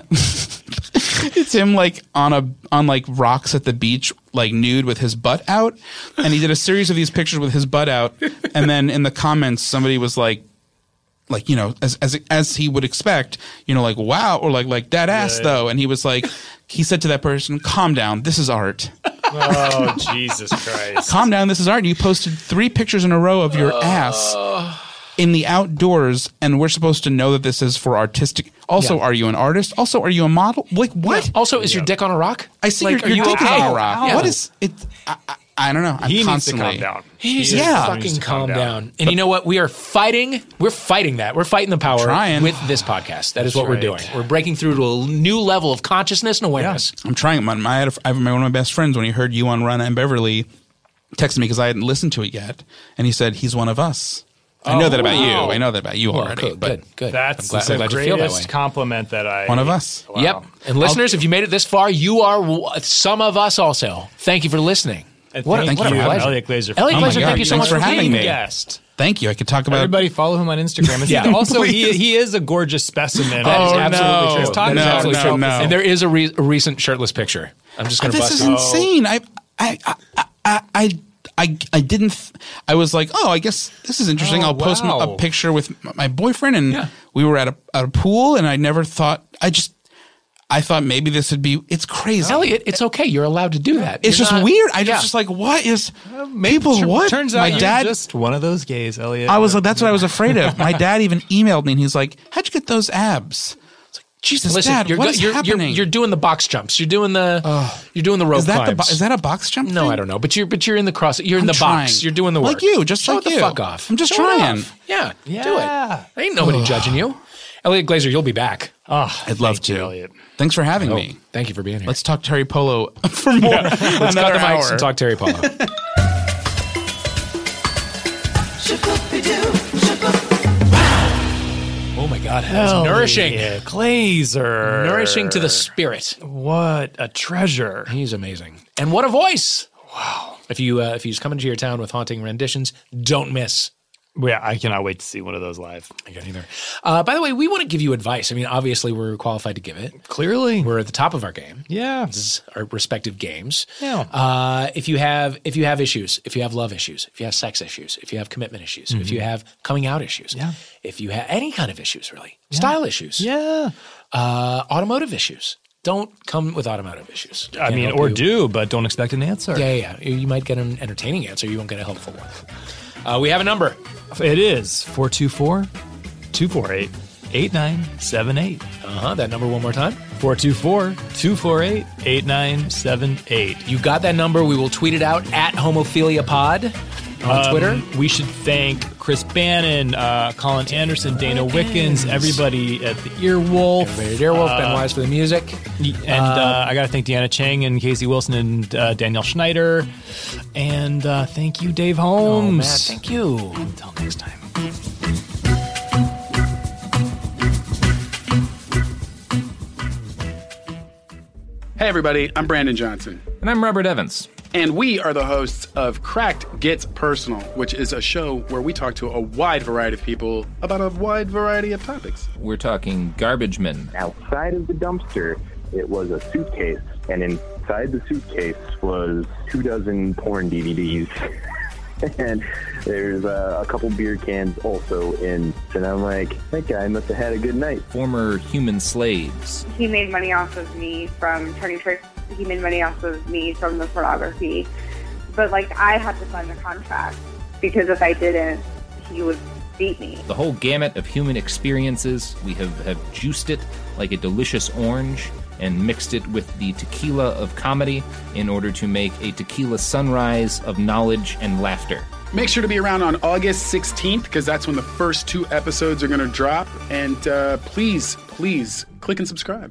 Speaker 3: it's him like on a on like rocks at the beach like nude with his butt out and he did a series of these pictures with his butt out and then in the comments somebody was like like you know as as as he would expect you know like wow or like like that ass
Speaker 2: Yeah.
Speaker 3: though and he was like he said to that person calm down this is art
Speaker 2: Oh Jesus Christ!
Speaker 3: calm down this is art you posted three pictures in a row of
Speaker 2: Uh.
Speaker 3: your ass in the outdoors and we're supposed to know that this is for artistic also
Speaker 1: Yeah.
Speaker 3: are you an artist also are you a model like what
Speaker 1: Also, is your
Speaker 2: Yeah.
Speaker 1: dick on a rock?
Speaker 3: I see
Speaker 1: Like,
Speaker 3: your,
Speaker 1: are
Speaker 3: your
Speaker 1: you
Speaker 3: dick is
Speaker 1: okay?
Speaker 3: on a rock.
Speaker 1: Yeah.
Speaker 3: What is it? I, I, I don't know. I'm
Speaker 2: He needs to
Speaker 3: constantly
Speaker 2: calm down.
Speaker 1: He needs
Speaker 2: He
Speaker 1: to
Speaker 3: Yeah.
Speaker 2: needs
Speaker 1: fucking
Speaker 2: to
Speaker 1: calm down. And you know what? We are fighting. We're fighting that. We're fighting the power
Speaker 3: Trying.
Speaker 1: with this podcast. That is what we're
Speaker 2: right.
Speaker 1: doing. We're breaking through to a new level of consciousness and awareness.
Speaker 3: I'm trying. My, my, I had a- I have my one of my best friends when he heard you on Run and Beverly texted me because I hadn't listened to it yet, and he said he's one of us. I know that about
Speaker 1: wow.
Speaker 2: Oh.
Speaker 3: you. I know that about you
Speaker 1: Well,
Speaker 3: already.
Speaker 1: good,
Speaker 3: but
Speaker 1: good, good.
Speaker 2: That's
Speaker 1: I'm glad, I'm
Speaker 2: the
Speaker 1: glad you feel that way.
Speaker 2: greatest compliment that I.
Speaker 3: one of us.
Speaker 2: Wow.
Speaker 1: Yep. And listeners, if you made it this far, you are w- some of us also. Thank you for listening.
Speaker 2: And
Speaker 1: What a-
Speaker 2: thank
Speaker 1: what a
Speaker 2: you,
Speaker 1: pleasure.
Speaker 2: Elliot Glazer. for
Speaker 1: Elliot
Speaker 3: Oh my
Speaker 1: Glazer, thank
Speaker 3: God,
Speaker 1: you so
Speaker 3: thanks
Speaker 1: much for
Speaker 3: for having
Speaker 1: being
Speaker 3: me.
Speaker 2: guest.
Speaker 3: Thank you. I could talk about
Speaker 2: Everybody follow him on Instagram. And
Speaker 1: Uh, Yeah.
Speaker 2: also, he,
Speaker 3: Please.
Speaker 2: he is a gorgeous specimen.
Speaker 1: That is
Speaker 2: Oh,
Speaker 1: absolutely
Speaker 2: no.
Speaker 1: true.
Speaker 2: His talk
Speaker 1: That
Speaker 2: is
Speaker 1: is
Speaker 3: No,
Speaker 1: absolutely
Speaker 3: no,
Speaker 1: true.
Speaker 3: no.
Speaker 1: And there is a, re- a recent shirtless picture. I'm just going to
Speaker 3: Uh, this
Speaker 1: bust
Speaker 3: is
Speaker 1: it.
Speaker 3: insane. I, I, I, I, I, I, I didn't. Th- I was like, oh, I guess this is interesting.
Speaker 2: Oh,
Speaker 3: I'll post m-
Speaker 2: wow.
Speaker 3: a picture with m- my boyfriend, and
Speaker 1: Yeah.
Speaker 3: we were at a at a pool, and I never thought. I just, I thought maybe this would be. It's crazy.
Speaker 1: Elliot, it's okay. You're allowed to do that.
Speaker 3: it's
Speaker 1: You're
Speaker 3: just
Speaker 1: not-
Speaker 3: weird. I
Speaker 1: Yeah.
Speaker 3: just, just like what is people?
Speaker 2: Tur-
Speaker 3: what
Speaker 2: Turns out
Speaker 3: my
Speaker 2: you're
Speaker 3: dad.
Speaker 2: just one of those gays, Elliot.
Speaker 3: I was like, that's what I was afraid of. My dad even emailed me, and he's like, "How'd you get those abs?" It's like, Jesus,
Speaker 1: Listen,
Speaker 3: Dad,
Speaker 1: you're,
Speaker 3: what
Speaker 1: go-
Speaker 3: is
Speaker 1: you're, you're,
Speaker 3: happening?
Speaker 1: you're doing the box jumps. You're doing the you're doing the rope
Speaker 3: is that the
Speaker 1: climbs.
Speaker 3: bo- is that a box jump?
Speaker 1: no,
Speaker 3: thing?
Speaker 1: I don't know. But you're but you're in the cross. You're in
Speaker 3: I'm
Speaker 1: the box.
Speaker 3: trying.
Speaker 1: You're doing the work.
Speaker 3: Like you, just
Speaker 1: Show
Speaker 3: like
Speaker 1: it the
Speaker 3: you.
Speaker 1: fuck off.
Speaker 3: I'm just
Speaker 1: Show it
Speaker 3: trying.
Speaker 1: off. Yeah,
Speaker 2: Yeah.
Speaker 1: do it. Ain't nobody judging you. Elliot Glazer, you'll be back.
Speaker 3: I'd love
Speaker 2: Thank you,
Speaker 3: to.
Speaker 2: Elliot.
Speaker 3: Thanks for having me.
Speaker 1: Thank you for being here.
Speaker 3: Let's talk Terry Polo for more.
Speaker 1: Let's cut
Speaker 3: another
Speaker 1: the mics
Speaker 3: hour.
Speaker 1: and talk Terry Polo. oh my God, that's nourishing,
Speaker 2: Elliot Glazer.
Speaker 1: nourishing to the spirit.
Speaker 2: What a treasure.
Speaker 1: He's amazing, and what a voice! Wow. If you uh, if he's coming to your town with haunting renditions, don't miss.
Speaker 2: Yeah, I cannot wait to see one of those live.
Speaker 1: I got either. Uh, by the way, we want to give you advice. I mean, obviously, we're qualified to give it.
Speaker 2: Clearly.
Speaker 1: We're at the top of our game.
Speaker 2: yeah.
Speaker 1: games, our respective games.
Speaker 2: Yeah.
Speaker 1: Uh, if you have if you have issues, if you have love issues, if you have sex issues, if you have commitment issues, if you have coming out issues,
Speaker 2: Mm-hmm. Yeah.
Speaker 1: if you have any kind of issues really, style issues,
Speaker 2: Yeah.
Speaker 1: uh, automotive issues. Don't come with automotive issues.
Speaker 2: I
Speaker 1: Can't
Speaker 2: mean,
Speaker 1: help
Speaker 2: or
Speaker 1: you.
Speaker 2: do, but don't expect an answer.
Speaker 1: Yeah, yeah, yeah. You might get an entertaining answer. You won't get a helpful one. Uh, we have a number.
Speaker 2: It is 424 248 8978.
Speaker 1: Uh huh. That number one more time.
Speaker 2: 424 248 8978.
Speaker 1: You got that number. We will tweet it out at Homophilia Pod on Twitter.
Speaker 2: We should thank Chris Bannon, uh, Colin Anderson, Dana Wickens, everybody at the Earwolf.
Speaker 1: Everybody at Earwolf, Ben Wise for the music.
Speaker 2: And uh, I got to thank Deanna Chang and Casey Wilson and uh, Danielle Schneider. And uh, thank you, Dave
Speaker 1: Oh,
Speaker 2: Holmes.
Speaker 1: Matt, thank you. Until next time.
Speaker 4: Hey, everybody, I'm Brandon Johnson,
Speaker 5: And I'm Robert Evans.
Speaker 4: and we are the hosts of Cracked Gets Personal, which is a show where we talk to a wide variety of people about a wide variety of topics.
Speaker 5: We're talking garbage men.
Speaker 6: outside of the dumpster, it was a suitcase, and inside the suitcase was two dozen porn DVDs. and there's uh, a couple beer cans also in. And I'm like, that guy must have had a good night.
Speaker 5: former human slaves.
Speaker 7: he made money off of me from turning tricks. He made money off of me from the pornography. But like I had to sign the contract because if I didn't, he would beat me.
Speaker 5: The whole gamut of human experiences, we have, have juiced it like a delicious orange and mixed it with the tequila of comedy in order to make a tequila sunrise of knowledge and laughter.
Speaker 4: Make sure to be around on August 16th because that's when the first two episodes are going to drop. And uh, please, please click and subscribe.